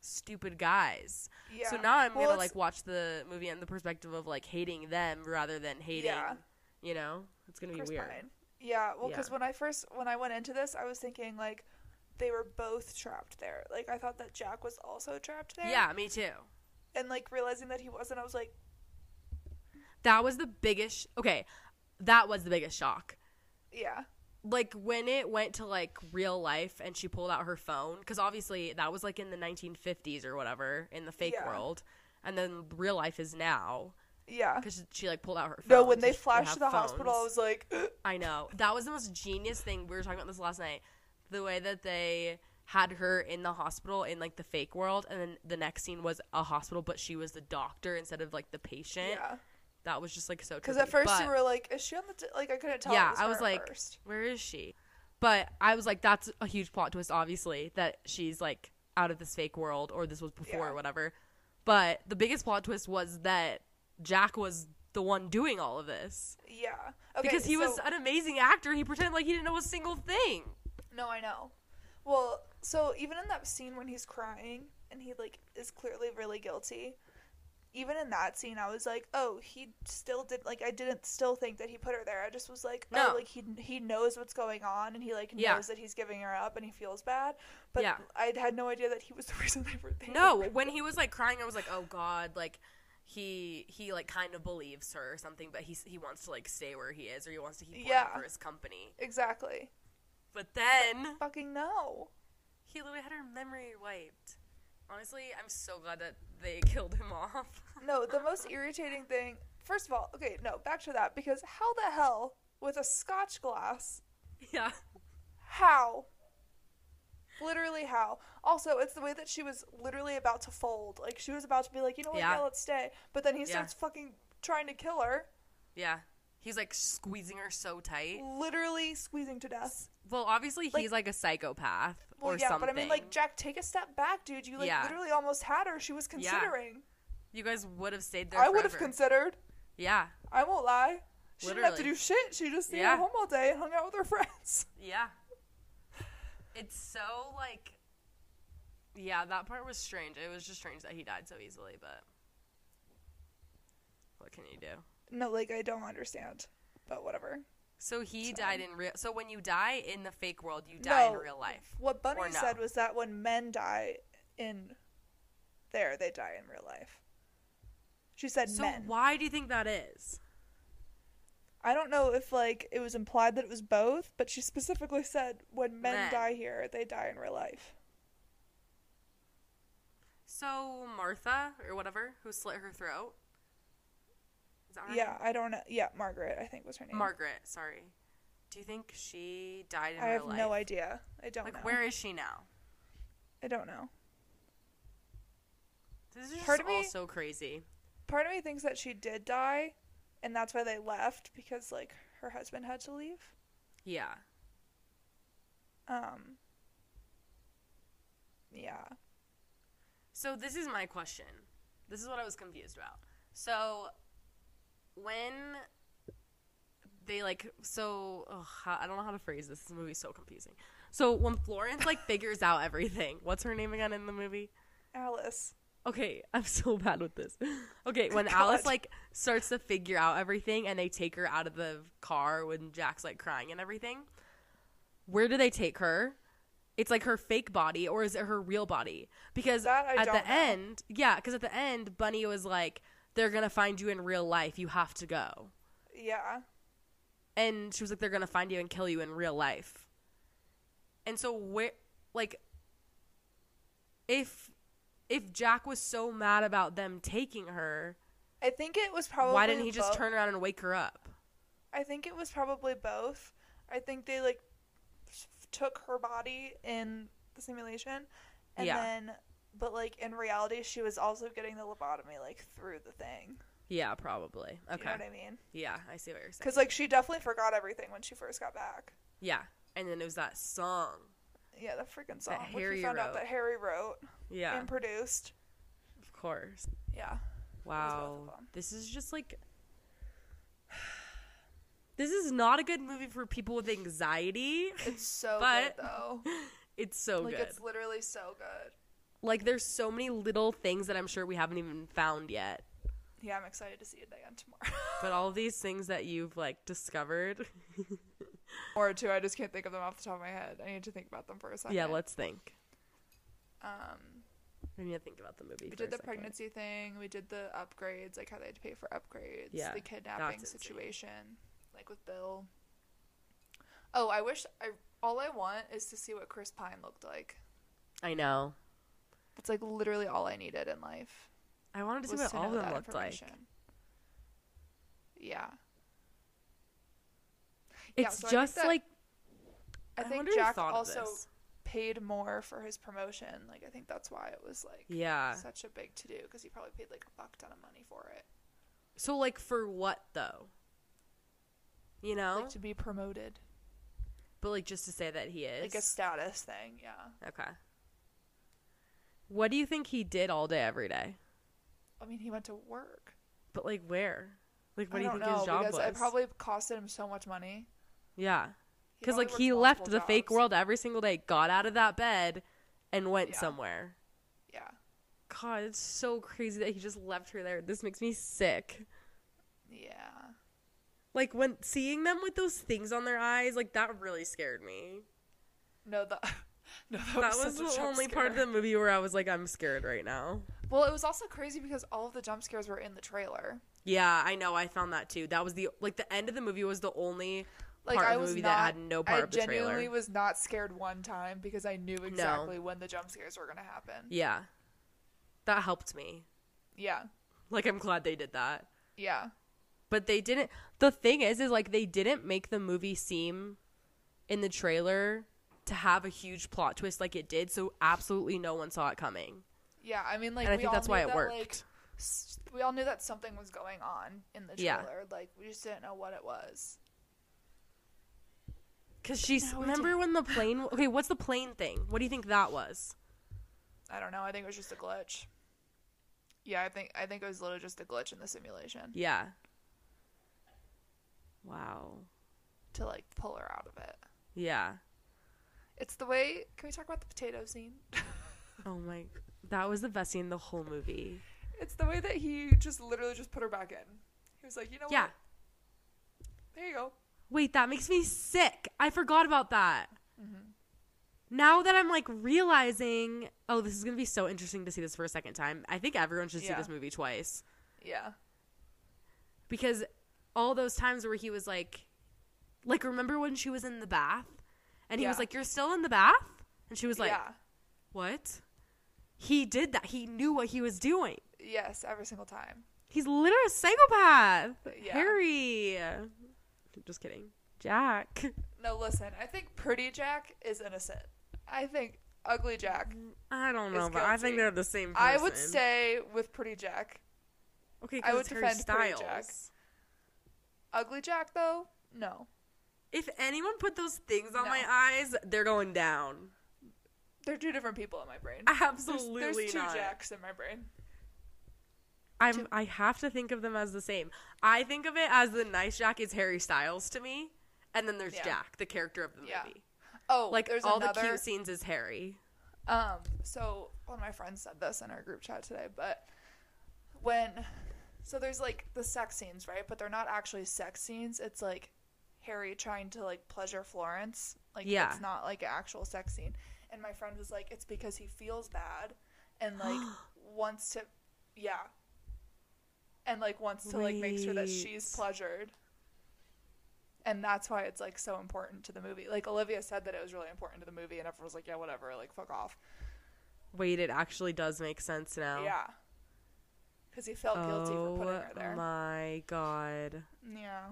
Speaker 2: stupid guys.
Speaker 1: yeah.
Speaker 2: So now I'm
Speaker 1: Well,
Speaker 2: gonna
Speaker 1: it's-
Speaker 2: like watch the movie in the perspective of like hating them rather than hating.
Speaker 1: Yeah.
Speaker 2: You know, it's gonna be
Speaker 1: Chris
Speaker 2: weird.
Speaker 1: Pine. Yeah, well,
Speaker 2: Yeah.
Speaker 1: because when I first when I went into this, I was thinking like they were both trapped there. Like I thought that Jack was also trapped there.
Speaker 2: Yeah, me too.
Speaker 1: and like realizing that he wasn't, I was like,
Speaker 2: That was the biggest. Okay, that was the biggest shock.
Speaker 1: yeah,
Speaker 2: Like when it went to like real life and she pulled out her phone because obviously that was like in the 1950s or whatever in the fake
Speaker 1: Yeah.
Speaker 2: world, and then real life is now
Speaker 1: yeah.
Speaker 2: because she like pulled out her. phone.
Speaker 1: No, when
Speaker 2: so
Speaker 1: they
Speaker 2: she-
Speaker 1: flashed to the
Speaker 2: have
Speaker 1: hospital, I
Speaker 2: phones. Eh?
Speaker 1: was like, <laughs>
Speaker 2: I know. That was the most genius thing. We were talking about this last night. The way that they had her in the hospital in like the fake world and then the next scene was a hospital but she was the doctor instead of like the patient.
Speaker 1: yeah.
Speaker 2: That was just like so
Speaker 1: Because
Speaker 2: trippy.
Speaker 1: at first
Speaker 2: But-
Speaker 1: you were like, is she on the t-? like? I couldn't tell.
Speaker 2: Yeah,
Speaker 1: it was
Speaker 2: I
Speaker 1: her
Speaker 2: was
Speaker 1: at
Speaker 2: like
Speaker 1: first.
Speaker 2: where is she? But I was like that's a huge plot twist obviously that she's like out of this fake world or this was before
Speaker 1: Yeah.
Speaker 2: or whatever. But the biggest plot twist was that Jack was the one doing all of this
Speaker 1: yeah, okay,
Speaker 2: because he was
Speaker 1: so-
Speaker 2: an amazing actor. He pretended like he didn't know a single thing.
Speaker 1: No, I know. Well, so even in that scene when he's crying and he like is clearly really guilty, even in that scene, I was like, oh, he still did. Like, I didn't still think that he put her there. I just was like, oh,
Speaker 2: No.
Speaker 1: like he he knows what's going on and he like knows
Speaker 2: Yeah.
Speaker 1: that he's giving her up and he feels bad. But
Speaker 2: Yeah.
Speaker 1: I had no idea that he was <laughs> the reason they were there.
Speaker 2: No, when he was like crying, I was like, "Oh God!" Like he he like kind of believes her or something, but he he wants to like stay where he is, or he wants to keep working
Speaker 1: Yeah.
Speaker 2: for his company.
Speaker 1: exactly.
Speaker 2: But then
Speaker 1: Fucking no.
Speaker 2: he literally had her memory wiped. Honestly, I'm so glad that they <laughs> killed him
Speaker 1: <laughs>
Speaker 2: off.
Speaker 1: No, the most irritating thing. First of all, okay, no, back to that because how the hell with a scotch glass?
Speaker 2: yeah,
Speaker 1: How? Literally how? Also, it's the way that she was literally about to fold. Like she was about to be like, you know what, yeah,
Speaker 2: Yeah.
Speaker 1: let's stay. But then he
Speaker 2: Yeah.
Speaker 1: starts fucking trying to kill her,
Speaker 2: yeah. He's like squeezing her so tight.
Speaker 1: literally squeezing to death.
Speaker 2: Well, obviously
Speaker 1: Like-
Speaker 2: he's like a psychopath
Speaker 1: Well,
Speaker 2: or
Speaker 1: yeah,
Speaker 2: something.
Speaker 1: but I mean, like Jack, take a step back, dude. You like
Speaker 2: Yeah.
Speaker 1: literally almost had her. She was considering.
Speaker 2: you guys would have stayed there.
Speaker 1: I would have
Speaker 2: forever.
Speaker 1: considered.
Speaker 2: yeah,
Speaker 1: I won't lie. She didn't have to
Speaker 2: Literally.
Speaker 1: do shit. She just stayed
Speaker 2: Yeah.
Speaker 1: at home all day and hung out with her friends. <laughs>
Speaker 2: Yeah. It's so like Yeah, that part was strange. It was just strange that he died so easily, but what can you do?
Speaker 1: No, like I don't understand, but whatever.
Speaker 2: So he
Speaker 1: It's
Speaker 2: died in real So when you die in the fake world, you die
Speaker 1: No.
Speaker 2: in real life.
Speaker 1: What Bunny
Speaker 2: Or no.
Speaker 1: said was that when men die in there, they die in real life. She said
Speaker 2: So
Speaker 1: men.
Speaker 2: why do you think that is?
Speaker 1: I don't know if like it was implied that it was both, but she <laughs> specifically said when men,
Speaker 2: Men.
Speaker 1: die here, they die in real life.
Speaker 2: So Martha or whatever who slit her throat? Is that her
Speaker 1: Yeah,
Speaker 2: name?
Speaker 1: I don't know. Yeah, Margaret, I think was her name.
Speaker 2: Margaret, sorry. Do you think she died in
Speaker 1: I
Speaker 2: real
Speaker 1: have
Speaker 2: life?
Speaker 1: no idea. I don't
Speaker 2: Like
Speaker 1: know.
Speaker 2: where is she now?
Speaker 1: I don't know.
Speaker 2: This is just
Speaker 1: Part of
Speaker 2: all
Speaker 1: me-
Speaker 2: so crazy.
Speaker 1: Part of me thinks that she did die, and that's why they left because like her husband had to leave.
Speaker 2: Yeah.
Speaker 1: Um. Yeah.
Speaker 2: So this is my question. This is what I was confused about. So when they like so ugh, how- I don't know how to phrase this. This movie's so confusing. So when Florence like figures out everything, what's her name again in the movie?
Speaker 1: Alice.
Speaker 2: Okay, <laughs> I'm so bad with this. Okay, when
Speaker 1: <laughs> God.
Speaker 2: Alice like starts to figure out everything and they take her out of the car when Jack's like crying and everything, where do they take her? It's like her fake body or is it her real body? Because
Speaker 1: That I
Speaker 2: at the
Speaker 1: don't know.
Speaker 2: end, yeah, because at the end, Bunny was like, "They're gonna find you in real life. You have to go."
Speaker 1: Yeah.
Speaker 2: And she was like, "They're gonna find you and kill you in real life." And so where, like, if if Jack was so mad about them taking her,
Speaker 1: I think it was probably.
Speaker 2: why didn't he just
Speaker 1: both-
Speaker 2: turn around and wake her up?
Speaker 1: I think it was probably both. I think they like f- took her body in the simulation, and
Speaker 2: Yeah.
Speaker 1: then, but like in reality, she was also getting the lobotomy like through the thing.
Speaker 2: Yeah, probably.
Speaker 1: Do
Speaker 2: Okay.
Speaker 1: You know what I mean?
Speaker 2: Yeah, I see what you're saying.
Speaker 1: Because like she definitely forgot everything when she first got back.
Speaker 2: Yeah, and then it was that song.
Speaker 1: Yeah, the freaking song which
Speaker 2: Harry
Speaker 1: we found
Speaker 2: wrote.
Speaker 1: out that Harry wrote
Speaker 2: Yeah,
Speaker 1: and produced.
Speaker 2: of course.
Speaker 1: Yeah,
Speaker 2: <laughs>
Speaker 1: both of
Speaker 2: Wow.
Speaker 1: them.
Speaker 2: This is just like <sighs> This is not a good movie for people with anxiety.
Speaker 1: it's so
Speaker 2: But-
Speaker 1: good though.
Speaker 2: It's <laughs> so
Speaker 1: like
Speaker 2: good.
Speaker 1: it's literally so good.
Speaker 2: Like there's so many little things that I'm sure we haven't even found yet.
Speaker 1: Yeah, I'm excited to see it again tomorrow. <laughs>
Speaker 2: But all these things that you've like discovered.
Speaker 1: or two, I just can't think of them off the top of my head. I need to think about them for a second.
Speaker 2: Yeah, let's think.
Speaker 1: Um,
Speaker 2: We need to think about the movie.
Speaker 1: we
Speaker 2: for
Speaker 1: did
Speaker 2: a
Speaker 1: the
Speaker 2: second.
Speaker 1: pregnancy thing. We did the upgrades, like how they had to pay for upgrades.
Speaker 2: Yeah,
Speaker 1: The kidnapping
Speaker 2: that's insane.
Speaker 1: situation, like with Bill. Oh, I wish I. All I want is to see what Chris Pine looked like.
Speaker 2: I know.
Speaker 1: That's like literally all I needed in life.
Speaker 2: I wanted to see
Speaker 1: was
Speaker 2: what
Speaker 1: to
Speaker 2: all of
Speaker 1: know
Speaker 2: them
Speaker 1: that
Speaker 2: looked like.
Speaker 1: information. Yeah, Yeah,
Speaker 2: It's
Speaker 1: so I think
Speaker 2: just
Speaker 1: that-
Speaker 2: like
Speaker 1: I think
Speaker 2: wonder who
Speaker 1: Jack
Speaker 2: thought of
Speaker 1: also
Speaker 2: this.
Speaker 1: paid more for his promotion. Like I think that's why it was like
Speaker 2: Yeah.
Speaker 1: such a big to do because he probably paid like a buck ton of money for it,
Speaker 2: So like for what though? You know?
Speaker 1: like to be promoted,
Speaker 2: but like just to say that he is.
Speaker 1: like a status thing. Yeah.
Speaker 2: Okay. What do you think he did all day every day?
Speaker 1: I mean, he went to work.
Speaker 2: But like where? Like
Speaker 1: I
Speaker 2: what do you
Speaker 1: don't
Speaker 2: think
Speaker 1: know
Speaker 2: his job
Speaker 1: because
Speaker 2: was?
Speaker 1: it probably costed him so much money.
Speaker 2: yeah.
Speaker 1: He
Speaker 2: Cuz
Speaker 1: probably
Speaker 2: like
Speaker 1: works
Speaker 2: he left the
Speaker 1: multiple
Speaker 2: fake
Speaker 1: jobs.
Speaker 2: world every single day, got out of that bed and went
Speaker 1: Yeah.
Speaker 2: somewhere.
Speaker 1: Yeah,
Speaker 2: God, it's so crazy that he just left her there. This makes me sick.
Speaker 1: yeah,
Speaker 2: Like when seeing them with those things on their eyes, like that really scared me.
Speaker 1: no, the <laughs> no, that,
Speaker 2: That
Speaker 1: was,
Speaker 2: was
Speaker 1: such a
Speaker 2: the
Speaker 1: jump
Speaker 2: only part of
Speaker 1: scare.
Speaker 2: the movie where I was like I'm scared right now.
Speaker 1: Well, it was also crazy because all of the jump scares were in the trailer.
Speaker 2: Yeah, I know. I found that too. That was the like the end of the movie was the only
Speaker 1: Like
Speaker 2: part
Speaker 1: I
Speaker 2: of the
Speaker 1: was
Speaker 2: movie
Speaker 1: not,
Speaker 2: that had no part
Speaker 1: I
Speaker 2: of the
Speaker 1: genuinely
Speaker 2: trailer.
Speaker 1: was not scared one time because I knew exactly when the jump scares were gonna happen.
Speaker 2: Yeah, that helped me.
Speaker 1: Yeah,
Speaker 2: Like I'm glad they did that,
Speaker 1: yeah,
Speaker 2: but they didn't. The thing is, is like they didn't make the movie seem in the trailer to have a huge plot twist like it did. So absolutely no one saw it coming,
Speaker 1: yeah. I mean, like
Speaker 2: and I
Speaker 1: we
Speaker 2: think
Speaker 1: all
Speaker 2: that's why
Speaker 1: knew
Speaker 2: it
Speaker 1: that,
Speaker 2: worked.
Speaker 1: Like, s- we all knew that something was going on in the
Speaker 2: Yeah.
Speaker 1: trailer. Like we just didn't know what it was.
Speaker 2: Cause she's
Speaker 1: No, we
Speaker 2: remember when the plane. Okay, what's the plane thing? What do you think that was?
Speaker 1: I don't know. I think it was just a glitch. Yeah, I think I think it was literally just a glitch in the simulation
Speaker 2: Yeah. Wow.
Speaker 1: to like pull her out of it.
Speaker 2: Yeah.
Speaker 1: It's the way. Can we talk about the potato scene?
Speaker 2: Oh my. That was the best scene in the whole movie.
Speaker 1: it's the way that he just literally just put her back in. He was like, you know
Speaker 2: Yeah.
Speaker 1: what? There you go.
Speaker 2: Wait, that makes me sick. I forgot about that.
Speaker 1: Mm-hmm.
Speaker 2: Now that I'm like realizing, oh, this is gonna be so interesting to see this for a second time. I think everyone should see
Speaker 1: Yeah.
Speaker 2: this movie twice
Speaker 1: Yeah.
Speaker 2: because all those times where he was like, like remember when she was in the bath, and he was
Speaker 1: Yeah.
Speaker 2: like, "You're still in the bath," and she was like,
Speaker 1: yeah.
Speaker 2: "What?" He did that. He knew what he was doing.
Speaker 1: Yes, every single time.
Speaker 2: He's literally a psychopath.
Speaker 1: Yeah.
Speaker 2: Harry. Just kidding. Jack.
Speaker 1: No, listen. I think Pretty Jack is innocent. I think Ugly Jack.
Speaker 2: I don't
Speaker 1: is
Speaker 2: know, but I
Speaker 1: guilty.
Speaker 2: think they're the same. Person.
Speaker 1: I would stay with Pretty Jack.
Speaker 2: Okay,
Speaker 1: I
Speaker 2: I
Speaker 1: would
Speaker 2: would it's Harry
Speaker 1: defend Pretty
Speaker 2: Styles.
Speaker 1: Jack. Ugly Jack though, no.
Speaker 2: If anyone put those things on
Speaker 1: No.
Speaker 2: my eyes, they're going down.
Speaker 1: They're two different people in my brain. <laughs> There's-
Speaker 2: Absolutely
Speaker 1: there's, two
Speaker 2: not.
Speaker 1: Jacks in my brain.
Speaker 2: I'm. I have to think of them as the same. I think of it as the nice Jack is Harry Styles to me, and then there's
Speaker 1: Yeah.
Speaker 2: Jack, the character of the
Speaker 1: Yeah.
Speaker 2: movie.
Speaker 1: Oh,
Speaker 2: Like
Speaker 1: there's
Speaker 2: all
Speaker 1: another.
Speaker 2: the cute scenes is Harry.
Speaker 1: Um, so one of my friends said this in our group chat today, but when so there's like the sex scenes, right? But they're not actually sex scenes. It's like Harry trying to like pleasure Florence. Like
Speaker 2: Yeah.
Speaker 1: it's not like an actual sex scene. And my friend was like, it's because he feels bad and
Speaker 2: <gasps>
Speaker 1: like wants to yeah. And like wants to like make sure that she's
Speaker 2: Wait.
Speaker 1: pleasured. And that's why it's like so important to the movie. Like Olivia said that it was really important to the movie and everyone was like, Yeah, whatever, like fuck off.
Speaker 2: Wait, it actually does make sense now.
Speaker 1: Yeah. Because he felt guilty for putting her
Speaker 2: Oh
Speaker 1: there.
Speaker 2: my god.
Speaker 1: Yeah.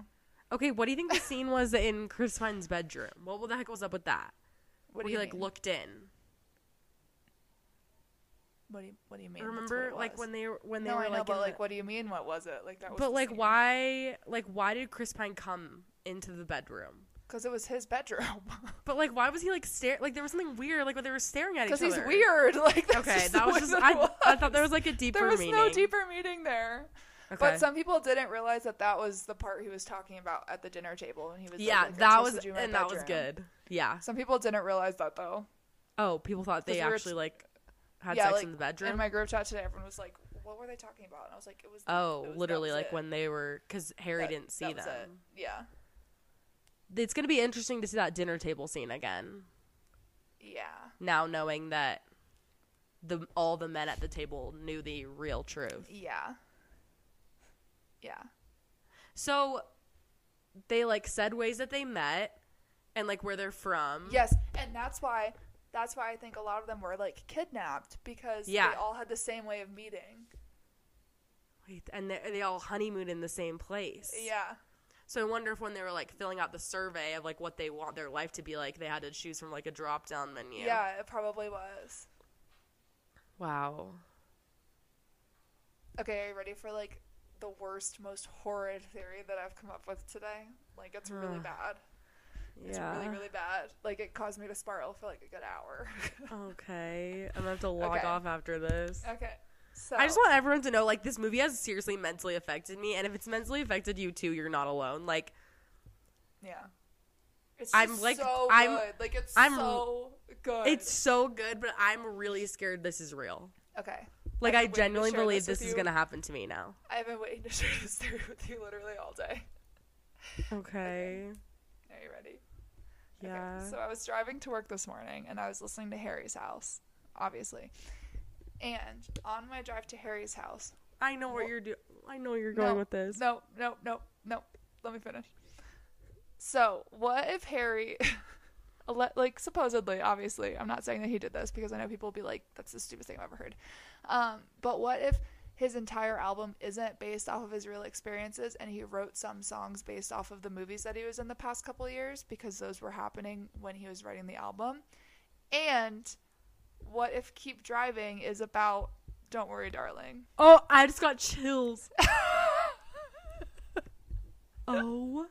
Speaker 2: Okay, what do you think the scene was in Chris Pine's bedroom? What the heck was up with that?
Speaker 1: What do
Speaker 2: we
Speaker 1: you
Speaker 2: like
Speaker 1: mean?
Speaker 2: looked in.
Speaker 1: What do you What do you mean? That's what
Speaker 2: Remember,
Speaker 1: it
Speaker 2: like
Speaker 1: was.
Speaker 2: when they were when they
Speaker 1: no,
Speaker 2: were
Speaker 1: I know,
Speaker 2: like,
Speaker 1: but
Speaker 2: in
Speaker 1: like,
Speaker 2: the-
Speaker 1: what do you mean? What was it? Like that was.
Speaker 2: but like why like why did Chris Pine come into the bedroom?
Speaker 1: Because it was his bedroom. <laughs>
Speaker 2: But like why was he like stare like there was something weird like when they were staring at each
Speaker 1: Because
Speaker 2: other?
Speaker 1: he's weird. <laughs> Like that's
Speaker 2: Okay,
Speaker 1: just
Speaker 2: that
Speaker 1: the
Speaker 2: was
Speaker 1: way
Speaker 2: just
Speaker 1: that
Speaker 2: I,
Speaker 1: it was.
Speaker 2: I thought there was like a deeper
Speaker 1: there was
Speaker 2: meaning.
Speaker 1: no deeper meaning there.
Speaker 2: Okay.
Speaker 1: But some people didn't realize that that was the part he was talking about at the dinner table when he was. like,
Speaker 2: yeah,
Speaker 1: like, I'm
Speaker 2: that
Speaker 1: supposed
Speaker 2: was
Speaker 1: to
Speaker 2: and
Speaker 1: do my
Speaker 2: that was
Speaker 1: bedroom.
Speaker 2: good. Yeah.
Speaker 1: Some people didn't realize that though.
Speaker 2: Oh, people thought they
Speaker 1: Because we were-
Speaker 2: actually like had
Speaker 1: yeah,
Speaker 2: sex
Speaker 1: like
Speaker 2: in the bedroom.
Speaker 1: In my group chat today, everyone was like, "What were they talking about?" And I was like, "It was." the-
Speaker 2: Oh,
Speaker 1: it was- that
Speaker 2: literally,
Speaker 1: was
Speaker 2: like
Speaker 1: it.
Speaker 2: when they were, because Harry
Speaker 1: That-
Speaker 2: didn't see
Speaker 1: that was it.
Speaker 2: them.
Speaker 1: Yeah.
Speaker 2: It's gonna be interesting to see that dinner table scene again.
Speaker 1: Yeah.
Speaker 2: Now knowing that the all the men at the table knew the real truth,
Speaker 1: Yeah. Yeah.
Speaker 2: Mm-hmm. so they like said ways that they met and like where they're from.
Speaker 1: Yes, and that's why that's why I think a lot of them were like kidnapped because
Speaker 2: Yeah.
Speaker 1: they all had the same way of meeting.
Speaker 2: Wait, and they, they all honeymoon in the same place.
Speaker 1: Yeah.
Speaker 2: So I wonder if when they were like filling out the survey of like what they want their life to be like, they had to choose from like a drop down menu.
Speaker 1: Yeah, it probably was.
Speaker 2: Wow.
Speaker 1: Okay, are you ready for like the worst, most horrid theory that I've come up with today? Like it's really
Speaker 2: Ugh.
Speaker 1: bad.
Speaker 2: Mm. Yeah.
Speaker 1: It's really, really bad. Like it caused me to spiral for like a good hour. <laughs>
Speaker 2: Okay. I'm gonna have to log
Speaker 1: Okay.
Speaker 2: off after this.
Speaker 1: okay. So
Speaker 2: I just want everyone to know, like, this movie has seriously mentally affected me, and if it's mentally affected you too, you're not alone. Like,
Speaker 1: Yeah. It's
Speaker 2: I'm,
Speaker 1: just
Speaker 2: like-
Speaker 1: so
Speaker 2: I'm-
Speaker 1: good. Like it's
Speaker 2: I'm-
Speaker 1: so good.
Speaker 2: it's so good, but I'm really scared this is real.
Speaker 1: okay.
Speaker 2: Like,
Speaker 1: I've
Speaker 2: I
Speaker 1: been waiting to
Speaker 2: genuinely
Speaker 1: share
Speaker 2: believe
Speaker 1: this
Speaker 2: this
Speaker 1: with
Speaker 2: is
Speaker 1: you.
Speaker 2: gonna happen to me now.
Speaker 1: I've been waiting to <laughs> share this theory with you literally all day.
Speaker 2: Okay.
Speaker 1: Are you ready? Okay,
Speaker 2: Yeah.
Speaker 1: So I was driving to work this morning and I was listening to Harry's house, obviously. And on my drive to Harry's house,
Speaker 2: I know what you're doing. I know where you're going
Speaker 1: No,
Speaker 2: with this.
Speaker 1: no, no, no, no. Let me finish. So, what if Harry, <laughs> alle- like supposedly, obviously, I'm not saying that he did this because I know people will be like, "That's the stupidest thing I've ever heard." Um, but what if his entire album isn't based off of his real experiences and he wrote some songs based off of the movies that he was in the past couple years because those were happening when he was writing the album? And what if Keep Driving is about Don't Worry, Darling?
Speaker 2: Oh, I just
Speaker 1: <laughs>
Speaker 2: got chills. oh.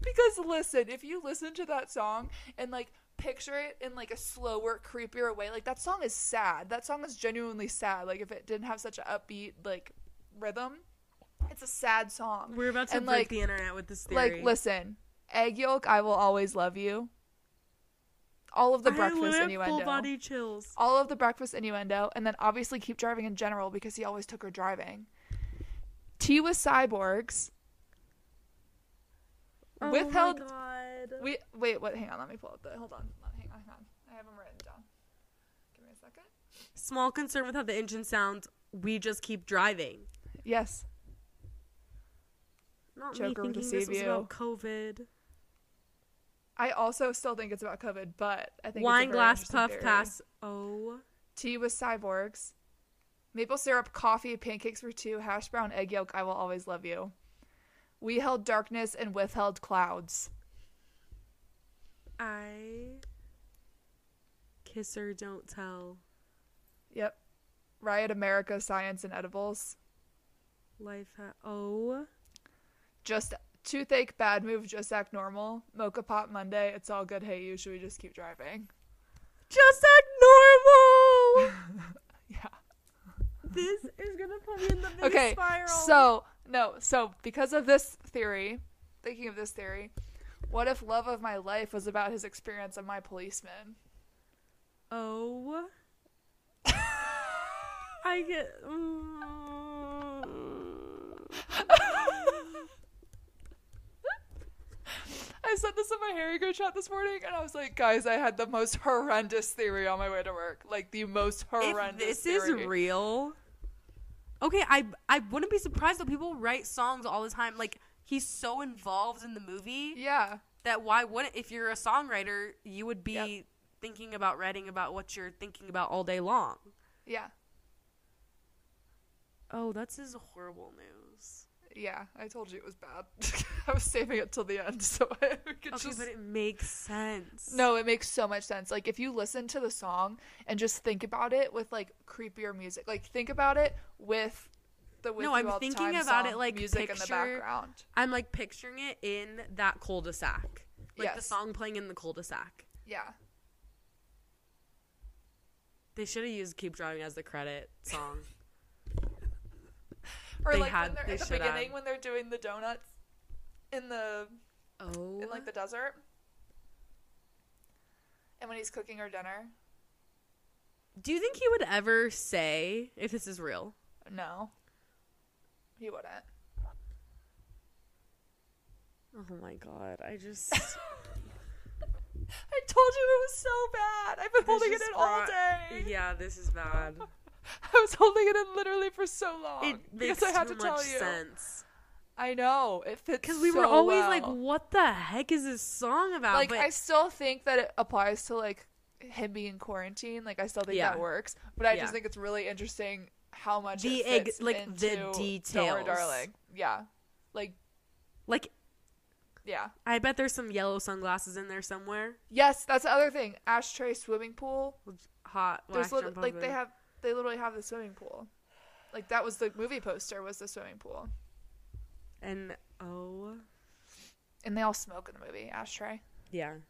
Speaker 1: Because listen, if you listen to that song and like picture it in like a slower, creepier way, like that song is sad. That song is genuinely sad. Like if it didn't have such an upbeat like rhythm, it's a sad song.
Speaker 2: We're about to
Speaker 1: And,
Speaker 2: break
Speaker 1: like-
Speaker 2: the internet with this theory.
Speaker 1: Like listen, egg yolk, I will always love you. All of the
Speaker 2: I
Speaker 1: breakfast
Speaker 2: literally have
Speaker 1: innuendo.
Speaker 2: full body chills.
Speaker 1: All of the breakfast innuendo, and then obviously keep driving in general because he always took her driving. Tea with cyborgs.
Speaker 2: Oh
Speaker 1: Withheld
Speaker 2: my God.
Speaker 1: We wait, what? Hang on, let me pull up the. Hold on, let- hang on, hang on. I have them written down. Give me a second.
Speaker 2: Small concern with how the engine sounds. We just keep driving.
Speaker 1: Yes,
Speaker 2: Not
Speaker 1: Joker
Speaker 2: me
Speaker 1: with a
Speaker 2: thinking
Speaker 1: sea
Speaker 2: this was
Speaker 1: view.
Speaker 2: about COVID.
Speaker 1: I also still think it's about COVID, but I think it's a
Speaker 2: Wine
Speaker 1: very
Speaker 2: glass
Speaker 1: interesting
Speaker 2: puff
Speaker 1: theory.
Speaker 2: pass. Oh,
Speaker 1: Tea with cyborgs, maple syrup, coffee, pancakes for two, hash brown, egg yolk. I will always love you. We held darkness and withheld clouds.
Speaker 2: I Kiss or don't tell.
Speaker 1: Yep. Riot America Science and Edibles.
Speaker 2: Life. Ha- oh.
Speaker 1: Just toothache, bad move, just act normal. Mocha pot Monday, it's all good. Hey, you should we just keep driving? <laughs>
Speaker 2: Just act normal.
Speaker 1: Yeah.
Speaker 2: <laughs> this is gonna put me in the mini
Speaker 1: Okay.
Speaker 2: spiral.
Speaker 1: So no. So because of this theory, thinking of this theory, what if love of my life was about his experience of my policeman?
Speaker 2: Oh. I get. Mm.
Speaker 1: I said this in my Harry Go chat this morning, and I was like, guys, I had the most horrendous theory on my way to work. Like the most
Speaker 2: if
Speaker 1: horrendous.
Speaker 2: this
Speaker 1: theory.
Speaker 2: is real okay i i wouldn't be surprised that people write songs all the time like he's so involved in the movie
Speaker 1: Yeah.
Speaker 2: that why wouldn't if you're a songwriter you would be
Speaker 1: Yep.
Speaker 2: thinking about writing about what you're thinking about all day long
Speaker 1: Yeah.
Speaker 2: oh that's his horrible news
Speaker 1: Yeah. I told you it was bad. <laughs> I was saving it till the end, so <laughs> I could
Speaker 2: okay
Speaker 1: just.
Speaker 2: but it makes sense
Speaker 1: No, it makes so much sense. Like if you listen to the song and just think about it with like creepier music, like think about it with the with
Speaker 2: No,
Speaker 1: You
Speaker 2: I'm
Speaker 1: All the
Speaker 2: thinking
Speaker 1: Time
Speaker 2: about it,
Speaker 1: song
Speaker 2: like,
Speaker 1: music in the
Speaker 2: picture-
Speaker 1: background.
Speaker 2: i'm like picturing it in that cul-de-sac like the
Speaker 1: Yes.
Speaker 2: song playing in the cul-de-sac
Speaker 1: Yeah,
Speaker 2: they should have used keep driving as the credit song
Speaker 1: or
Speaker 2: They
Speaker 1: like when
Speaker 2: had-
Speaker 1: they're
Speaker 2: they
Speaker 1: at the
Speaker 2: should
Speaker 1: beginning
Speaker 2: have.
Speaker 1: when they're doing the donuts in the
Speaker 2: <laughs> oh
Speaker 1: in like the desert, and when he's cooking her dinner.
Speaker 2: Do you think he would ever say if this is real?
Speaker 1: No, he wouldn't.
Speaker 2: Oh my god, I <laughs> just
Speaker 1: I told you it was so bad. I've been holding it
Speaker 2: just
Speaker 1: in all
Speaker 2: brought-
Speaker 1: day.
Speaker 2: Yeah, this is bad.
Speaker 1: I was holding it in literally for so long
Speaker 2: <laughs> It makes
Speaker 1: because I had
Speaker 2: too
Speaker 1: to
Speaker 2: much
Speaker 1: tell you.
Speaker 2: sense.
Speaker 1: I know it fits
Speaker 2: Cuz we were
Speaker 1: so
Speaker 2: always like
Speaker 1: well.
Speaker 2: what the heck is this song about?
Speaker 1: like
Speaker 2: but
Speaker 1: I still think that it applies to like him being quarantined. Like I still think
Speaker 2: Yeah.
Speaker 1: that works, but I
Speaker 2: Yeah.
Speaker 1: just think it's really interesting how much
Speaker 2: The
Speaker 1: it
Speaker 2: egg-
Speaker 1: fits
Speaker 2: like,
Speaker 1: into
Speaker 2: the
Speaker 1: Don't Worry,
Speaker 2: details.
Speaker 1: darling. Yeah, like
Speaker 2: like
Speaker 1: yeah.
Speaker 2: I bet there's some yellow sunglasses in there somewhere.
Speaker 1: Yes, that's the other thing. Ashtray swimming pool.
Speaker 2: Hot.
Speaker 1: There's
Speaker 2: wax
Speaker 1: lit-
Speaker 2: jump
Speaker 1: like they
Speaker 2: oven.
Speaker 1: have they literally have the swimming pool. Like that was the movie poster was the swimming pool,
Speaker 2: and oh
Speaker 1: and they all smoke in the movie. Ashtray.
Speaker 2: yeah. <laughs>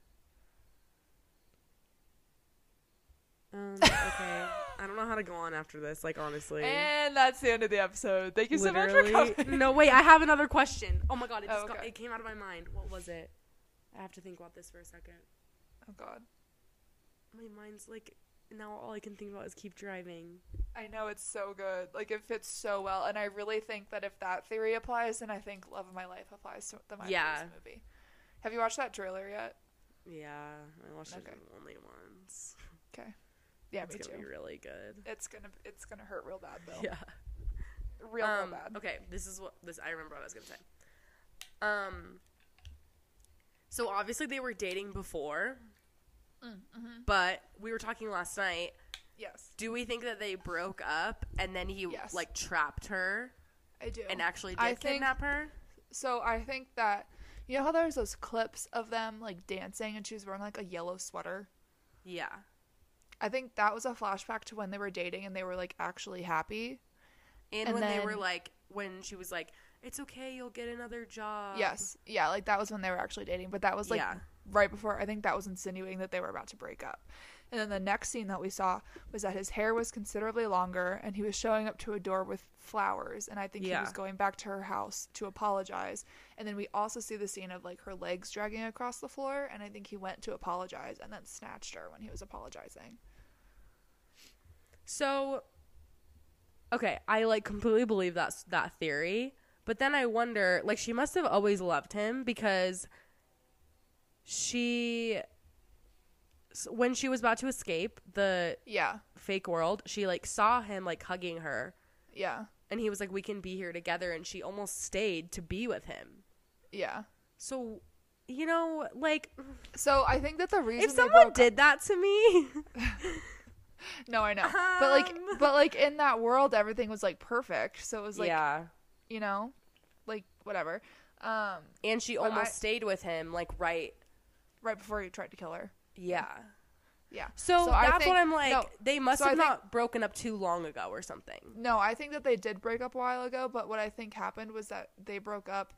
Speaker 2: Um, okay. I don't know how to go on after this, like honestly.
Speaker 1: And that's the end of the episode. Thank Eh, you so much
Speaker 2: Literally.
Speaker 1: for coming.
Speaker 2: <laughs> No, wait, I have another question. Oh my god, it
Speaker 1: Oh,
Speaker 2: just got,
Speaker 1: okay.
Speaker 2: it came out of my mind. What was it? I have to think about this for a second.
Speaker 1: Oh God,
Speaker 2: My mind's like now all I can think about is keep driving.
Speaker 1: I know it's so good. Like it fits so well, and I really think that if that theory applies, then I think Love of My Life applies to the My
Speaker 2: Yeah.
Speaker 1: Police movie. Have you watched that trailer yet?
Speaker 2: Yeah, I watched
Speaker 1: Okay.
Speaker 2: it only once.
Speaker 1: Okay. Yeah,
Speaker 2: It's
Speaker 1: me
Speaker 2: gonna
Speaker 1: too.
Speaker 2: be really good.
Speaker 1: It's gonna it's gonna hurt real bad though.
Speaker 2: <laughs> Yeah.
Speaker 1: Real,
Speaker 2: um,
Speaker 1: real bad.
Speaker 2: Okay, this is what this I remember what I was gonna say. Um. So obviously they were dating before,
Speaker 1: Mm, mm-hmm.
Speaker 2: but we were talking last night.
Speaker 1: Yes,
Speaker 2: Do we think that they broke up and then he
Speaker 1: Yes.
Speaker 2: like trapped her?
Speaker 1: I do.
Speaker 2: and actually did
Speaker 1: I think-
Speaker 2: kidnap her.
Speaker 1: So I think that you know how there's those clips of them like dancing and she was wearing like a yellow sweater.
Speaker 2: Yeah.
Speaker 1: I think that was a flashback to when they were dating and they were like actually happy.
Speaker 2: And,
Speaker 1: And
Speaker 2: when they were
Speaker 1: then-
Speaker 2: like, when she was like, it's okay, you'll get another job.
Speaker 1: yes, yeah, like that was when they were actually dating, but that was like
Speaker 2: Um, Yeah.
Speaker 1: right before I think that was insinuating that they were about to break up. And then the next scene that we saw was that his hair was considerably longer and he was showing up to a door with flowers and I think
Speaker 2: Yeah.
Speaker 1: he was going back to her house to apologize. And then we also see the scene of like her legs dragging across the floor and I think he went to apologize and then snatched her when he was apologizing.
Speaker 2: So, okay, I like completely believe that that theory, but then I wonder, like, she must have always loved him because she, s- when she was about to escape the
Speaker 1: Yeah.
Speaker 2: fake world, she like saw him like hugging her,
Speaker 1: Yeah.
Speaker 2: and he was like, "We can be here together," and she almost stayed to be with him.
Speaker 1: Yeah.
Speaker 2: So, you know, like
Speaker 1: So I think that the reason
Speaker 2: if
Speaker 1: they
Speaker 2: someone
Speaker 1: broke
Speaker 2: did that to me, <laughs>
Speaker 1: No, I know. but like
Speaker 2: Um. <laughs>
Speaker 1: but like in that world everything was like perfect. So it was like
Speaker 2: yeah.
Speaker 1: you know, like whatever. Um,
Speaker 2: And she
Speaker 1: But
Speaker 2: almost
Speaker 1: I-
Speaker 2: stayed with him, like right,
Speaker 1: right before he tried to kill her.
Speaker 2: yeah.
Speaker 1: Yeah.
Speaker 2: So,
Speaker 1: I
Speaker 2: that's
Speaker 1: think-
Speaker 2: what I'm like.
Speaker 1: no,
Speaker 2: they must
Speaker 1: so I
Speaker 2: have
Speaker 1: think-
Speaker 2: not broken up too long ago or something.
Speaker 1: No, I think that they did break up a while ago, but what I think happened was that they broke up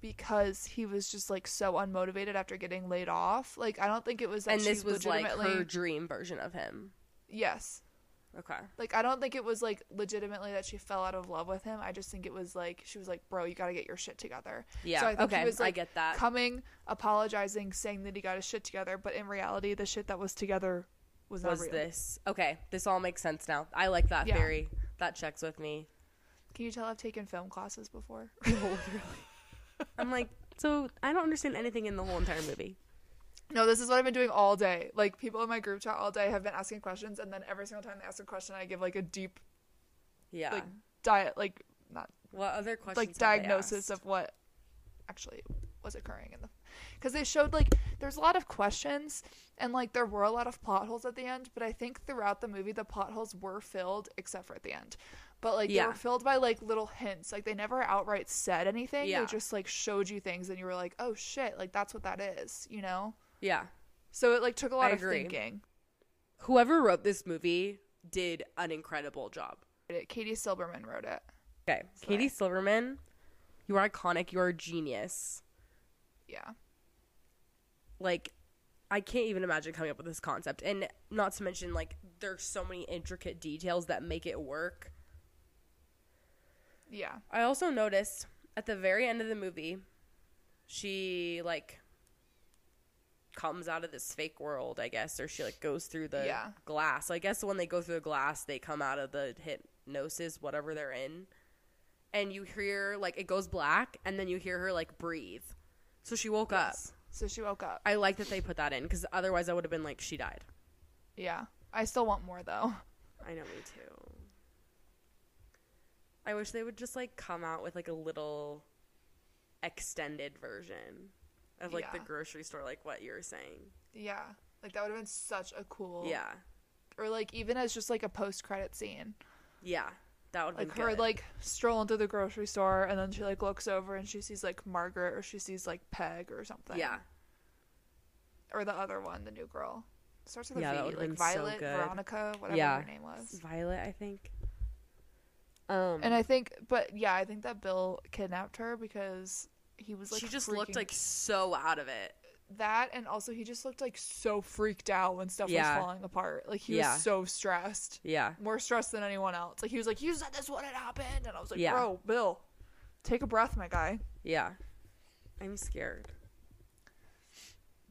Speaker 1: because he was just like so unmotivated after getting laid off. Like I don't think it was that
Speaker 2: and
Speaker 1: she
Speaker 2: this was like
Speaker 1: legitimately
Speaker 2: her dream version of him.
Speaker 1: Yes.
Speaker 2: Okay.
Speaker 1: Like I don't think it was like legitimately that she fell out of love with him. I just think it was like she was like, "Bro, you got to get your shit together."
Speaker 2: Yeah.
Speaker 1: So I think he
Speaker 2: okay.
Speaker 1: was,
Speaker 2: I
Speaker 1: like,
Speaker 2: get that.
Speaker 1: Coming, apologizing, saying that he got his shit together, but in reality the shit that was together was not
Speaker 2: was
Speaker 1: real.
Speaker 2: this okay? This all makes sense now. I like that
Speaker 1: Yeah.
Speaker 2: theory. That checks with me.
Speaker 1: Can you tell I've taken film classes before? <laughs>
Speaker 2: I'm like, so I don't understand anything in the whole entire movie.
Speaker 1: No, this is what I've been doing all day. Like people in my group chat all day have been asking questions, and then every single time they ask a question, I give like a deep
Speaker 2: Yeah.
Speaker 1: like diet like not
Speaker 2: what other questions?
Speaker 1: like diagnosis of what actually was occurring in the because they showed like there's a lot of questions and like there were a lot of plot holes at the end, but I think throughout the movie the plot holes were filled except for at the end. But like they
Speaker 2: Yeah.
Speaker 1: were filled by like little hints. Like they never outright said anything.
Speaker 2: Yeah.
Speaker 1: They just like showed you things, and you were like, oh shit, like that's what that is, you know.
Speaker 2: Yeah.
Speaker 1: So it like took a lot
Speaker 2: I
Speaker 1: of
Speaker 2: agree.
Speaker 1: thinking.
Speaker 2: Whoever wrote this movie did an incredible job.
Speaker 1: it. Katie Silberman wrote it.
Speaker 2: Okay, Katie Silverman, you are iconic. You are a genius.
Speaker 1: Yeah.
Speaker 2: Like, I can't even imagine coming up with this concept, and not to mention like there's so many intricate details that make it work.
Speaker 1: Yeah.
Speaker 2: I also noticed at the very end of the movie, she like comes out of this fake world, I guess, or she like goes through the
Speaker 1: Yeah.
Speaker 2: glass. I guess when they go through the glass, they come out of the hypnosis, whatever they're in. And you hear like it goes black and then you hear her like breathe. So she woke up.
Speaker 1: So she woke up.
Speaker 2: I like that they put that in cuz otherwise I would have been like she died.
Speaker 1: Yeah. I still want more though.
Speaker 2: I know me too. I wish they would just like come out with like a little extended version of like the
Speaker 1: Yeah.
Speaker 2: grocery store, like what you're saying.
Speaker 1: Yeah. Like that would have been such a cool.
Speaker 2: Yeah,
Speaker 1: Or like even as just like a post credit scene.
Speaker 2: yeah, that would
Speaker 1: Like
Speaker 2: be
Speaker 1: her
Speaker 2: good.
Speaker 1: like strolling through the grocery store and then she like looks over and she sees like Margaret or she sees like Peg or something.
Speaker 2: yeah,
Speaker 1: Or the other one, the new girl. Starts with a V.
Speaker 2: Yeah, that would've
Speaker 1: like
Speaker 2: been so
Speaker 1: Violet,
Speaker 2: good.
Speaker 1: Veronica, whatever
Speaker 2: Yeah.
Speaker 1: her name was.
Speaker 2: Violet, I think. Um,
Speaker 1: And I think but yeah, I think that Bill kidnapped her because he was like
Speaker 2: she just looked
Speaker 1: freaking
Speaker 2: like so out of it.
Speaker 1: that and also he just looked like so freaked out when stuff
Speaker 2: Yeah.
Speaker 1: was falling apart like he
Speaker 2: Yeah.
Speaker 1: was so stressed
Speaker 2: Yeah,
Speaker 1: more stressed than anyone else like he was like you said this wouldn't happen and i was like
Speaker 2: Yeah.
Speaker 1: bro bill take a breath my guy
Speaker 2: yeah, I'm scared.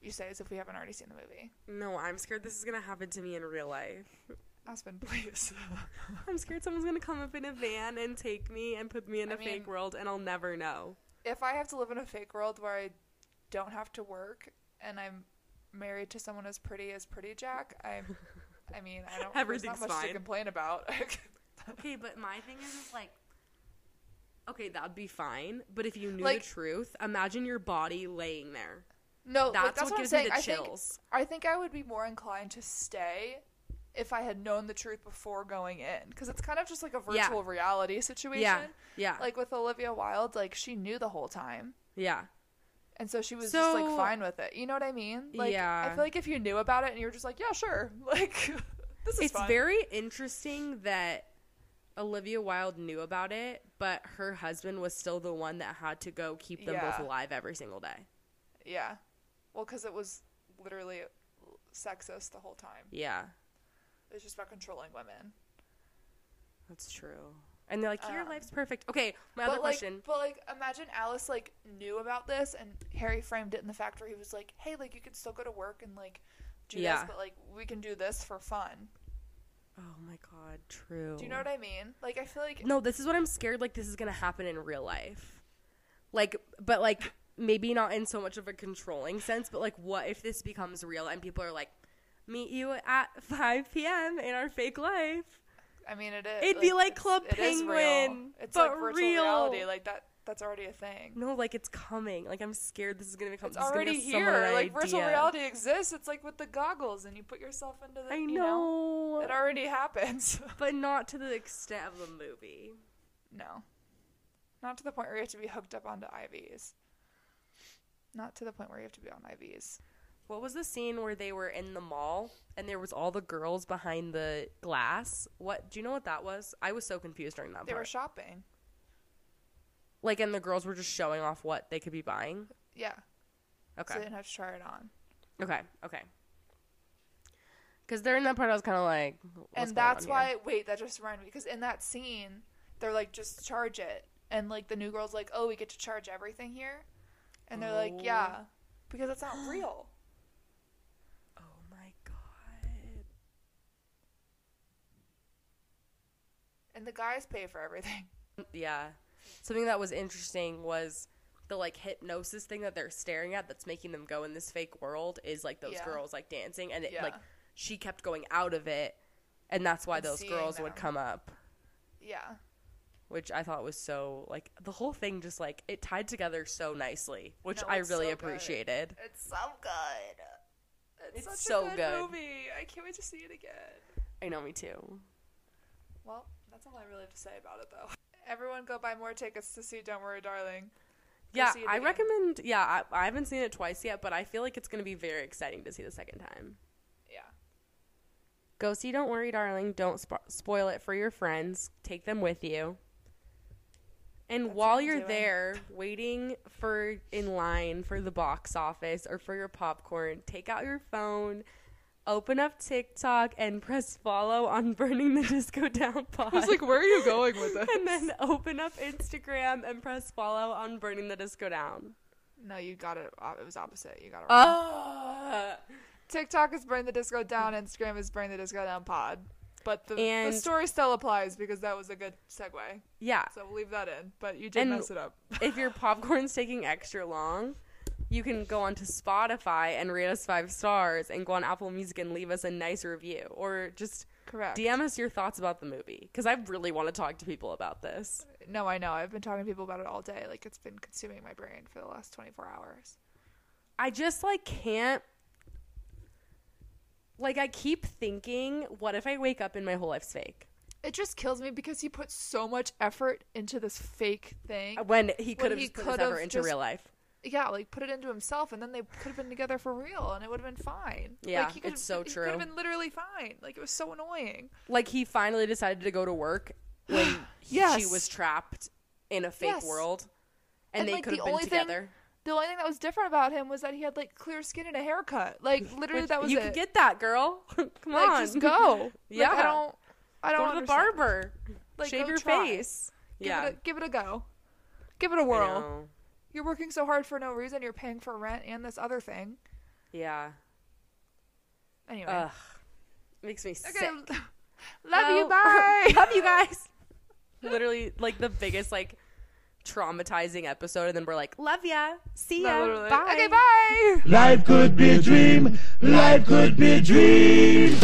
Speaker 1: you say as if we haven't already seen the movie
Speaker 2: No, I'm scared this is gonna happen to me in real life.
Speaker 1: aspen please
Speaker 2: I'm scared someone's gonna come up in a van and take me and put me in a
Speaker 1: I mean-
Speaker 2: fake world and I'll never know.
Speaker 1: <laughs> if i have to live in a fake world where i don't have to work and i'm married to someone as pretty as pretty jack i i mean i don't there's
Speaker 2: Everything's
Speaker 1: not much
Speaker 2: fine.
Speaker 1: to complain about <laughs>
Speaker 2: Okay, but my thing is, is like, okay, that'd be fine. But if you knew
Speaker 1: Like-
Speaker 2: the truth, imagine your body laying there.
Speaker 1: No,
Speaker 2: That's
Speaker 1: like, that's
Speaker 2: what
Speaker 1: what,
Speaker 2: gives me
Speaker 1: I'm saying.
Speaker 2: the chills.
Speaker 1: I think I think I would be more inclined to stay if I had known the truth before going in, because it's kind of just like a
Speaker 2: Yeah.
Speaker 1: virtual reality situation.
Speaker 2: Yeah, yeah,
Speaker 1: Like with Olivia Wilde, like she knew the whole time,
Speaker 2: yeah,
Speaker 1: and so she was just
Speaker 2: So-
Speaker 1: like fine with it. You know what I mean? Like,
Speaker 2: Yeah.
Speaker 1: I feel like if you knew about it and you were just like, yeah, sure, <laughs> like this is
Speaker 2: It's
Speaker 1: fun.
Speaker 2: very interesting that Olivia Wilde knew about it, but her husband was still the one that had to go keep them
Speaker 1: Yeah.
Speaker 2: both alive every single day.
Speaker 1: yeah. Well, because it was literally sexist the whole time.
Speaker 2: Yeah,
Speaker 1: It was just about controlling women.
Speaker 2: that's true. And they're like, your
Speaker 1: Um,
Speaker 2: life's perfect. Okay, my other
Speaker 1: but
Speaker 2: question.
Speaker 1: Like, but like, imagine Alice like knew about this, and Harry framed it in the fact where he was like, "Hey, like you could still go to work and like do
Speaker 2: Yeah.
Speaker 1: this, but like we can do this for fun."
Speaker 2: oh my god, true.
Speaker 1: Do you know what I mean? Like, I feel like
Speaker 2: No, this is what I'm scared. Like this is gonna happen in real life, like, but like maybe not in so much of a controlling sense. But like, what if this becomes real and people are like, meet you at 5 p.m. in our fake life?
Speaker 1: I mean it is.
Speaker 2: It'd be like
Speaker 1: it's-
Speaker 2: Club
Speaker 1: it is real.
Speaker 2: Penguin,
Speaker 1: It's
Speaker 2: but
Speaker 1: like virtual
Speaker 2: real.
Speaker 1: reality. Like that. That's already a thing.
Speaker 2: No, like it's coming. Like I'm scared this is gonna become.
Speaker 1: It's
Speaker 2: this is gonna
Speaker 1: already
Speaker 2: be someone
Speaker 1: here.
Speaker 2: an
Speaker 1: Like virtual
Speaker 2: idea.
Speaker 1: reality exists. It's like with the goggles, and you put yourself into the.
Speaker 2: I
Speaker 1: You know,
Speaker 2: know,
Speaker 1: it already happens. <laughs>
Speaker 2: but not to the extent of the movie.
Speaker 1: No. Not to the point where you have to be hooked up onto IVs. Not to the point where you have to be on IVs.
Speaker 2: what was the scene where they were in the mall and there was all the girls behind the glass? What do you know what that was? I was so confused during that
Speaker 1: They were
Speaker 2: part.
Speaker 1: shopping.
Speaker 2: like, and the girls were just showing off what they could be buying.
Speaker 1: Yeah.
Speaker 2: Okay.
Speaker 1: So they didn't have to try it on.
Speaker 2: Okay. Okay. Because during that part, I was kind of like, "What's
Speaker 1: and
Speaker 2: going
Speaker 1: that's
Speaker 2: on
Speaker 1: why
Speaker 2: here?"
Speaker 1: wait that just reminded me because in that scene they're like just charge it and like the new girl's like oh we get to charge everything here and they're like
Speaker 2: Oh.
Speaker 1: yeah because it's <gasps> not real
Speaker 2: Oh my god.
Speaker 1: and the guys pay for everything <laughs>
Speaker 2: Yeah. Something that was interesting was the like hypnosis thing that they're staring at that's making them go in this fake world is like those
Speaker 1: Yeah.
Speaker 2: girls like dancing and it like
Speaker 1: Yeah.
Speaker 2: she kept going out of it and that's why
Speaker 1: And
Speaker 2: those
Speaker 1: seeing
Speaker 2: girls would
Speaker 1: them.
Speaker 2: come up
Speaker 1: yeah
Speaker 2: which I thought was so like the whole thing just like it tied together so nicely which
Speaker 1: No,
Speaker 2: I
Speaker 1: it's
Speaker 2: really
Speaker 1: so good.
Speaker 2: appreciated.
Speaker 1: it's so good
Speaker 2: It's
Speaker 1: it's, such
Speaker 2: so
Speaker 1: a good,
Speaker 2: good.
Speaker 1: movie i can't wait to see it again
Speaker 2: I know me too.
Speaker 1: well that's all i really have to say about it though everyone go buy more tickets to see don't worry darling Go
Speaker 2: Yeah,
Speaker 1: see it
Speaker 2: I
Speaker 1: again.
Speaker 2: recommend yeah, I, I haven't seen it twice yet, but I feel like it's going to be very exciting to see the second time.
Speaker 1: yeah
Speaker 2: Go see Don't Worry Darling. Don't spo- spoil it for your friends. Take them with you. And
Speaker 1: what
Speaker 2: while
Speaker 1: I'm
Speaker 2: you're
Speaker 1: doing.
Speaker 2: there waiting for in line for the box office or for your popcorn, take out your phone, open up TikTok and press follow on <laughs> Burning the Disco <laughs> Down Pod.
Speaker 1: where are you going <laughs> with this
Speaker 2: and then open up Instagram and press follow on Burning the Disco Down.
Speaker 1: no you got it op- it was opposite you got it wrong.
Speaker 2: Oh.
Speaker 1: TikTok is burn the disco down. Instagram is burn the disco down pod. But the,
Speaker 2: And-
Speaker 1: the story still applies because that was a good segue.
Speaker 2: Yeah.
Speaker 1: So we'll leave that in. But you did
Speaker 2: And-
Speaker 1: mess it up.
Speaker 2: if your popcorn's taking extra long, you can go onto Spotify and rate us five stars and go on Apple Music and leave us a nice review or just
Speaker 1: Correct.
Speaker 2: DM us your thoughts about the movie because I really want to talk to people about this.
Speaker 1: no, I know. I've been talking to people about it all day. Like it's been consuming my brain for the last 24 hours.
Speaker 2: I just like can't. Like I keep thinking, what if I wake up and my whole life's fake?
Speaker 1: It just kills me because he put so much effort into this fake thing.
Speaker 2: When he could
Speaker 1: When
Speaker 2: have
Speaker 1: he
Speaker 2: just put this
Speaker 1: could've
Speaker 2: effort into
Speaker 1: just-
Speaker 2: real life.
Speaker 1: yeah, like put it into himself, and then they could have been together for real, and it would have been fine.
Speaker 2: Yeah,
Speaker 1: like, he could've-
Speaker 2: it's so
Speaker 1: He
Speaker 2: true.
Speaker 1: could have been literally fine. Like it was so annoying.
Speaker 2: Like he finally decided to go to work
Speaker 1: <gasps>
Speaker 2: when he- she
Speaker 1: Yes.
Speaker 2: was trapped in a fake
Speaker 1: Yes.
Speaker 2: world, and,
Speaker 1: And,
Speaker 2: they
Speaker 1: like,
Speaker 2: could
Speaker 1: the
Speaker 2: have been
Speaker 1: only thing-
Speaker 2: together.
Speaker 1: The only thing that was different about him was that he had like clear skin and a haircut. Like literally,
Speaker 2: Which-
Speaker 1: that was
Speaker 2: you
Speaker 1: it.
Speaker 2: could get that girl. <laughs> Come
Speaker 1: like,
Speaker 2: on,
Speaker 1: just
Speaker 2: <laughs>
Speaker 1: go. yeah,
Speaker 2: Yeah.
Speaker 1: I don't. I
Speaker 2: Go
Speaker 1: don't
Speaker 2: to the
Speaker 1: understand.
Speaker 2: barber.
Speaker 1: Like,
Speaker 2: Shave
Speaker 1: go
Speaker 2: your
Speaker 1: try.
Speaker 2: face.
Speaker 1: Give
Speaker 2: yeah,
Speaker 1: it a, give it a go. Give it a
Speaker 2: I
Speaker 1: whirl.
Speaker 2: know.
Speaker 1: You're working so hard for no reason. You're paying for rent and this other thing.
Speaker 2: Yeah.
Speaker 1: Anyway,
Speaker 2: Ugh. Makes me sick.
Speaker 1: okay. <laughs> Love you.
Speaker 2: <laughs> Well,
Speaker 1: Bye.
Speaker 2: Love you guys. Literally, like the biggest like traumatizing episode, and then we're like, "Love ya,
Speaker 1: <laughs>
Speaker 2: see
Speaker 1: No,
Speaker 2: ya,
Speaker 1: literally.
Speaker 2: bye."
Speaker 1: Okay. Bye.
Speaker 3: Life could be a dream. Life could be a dream.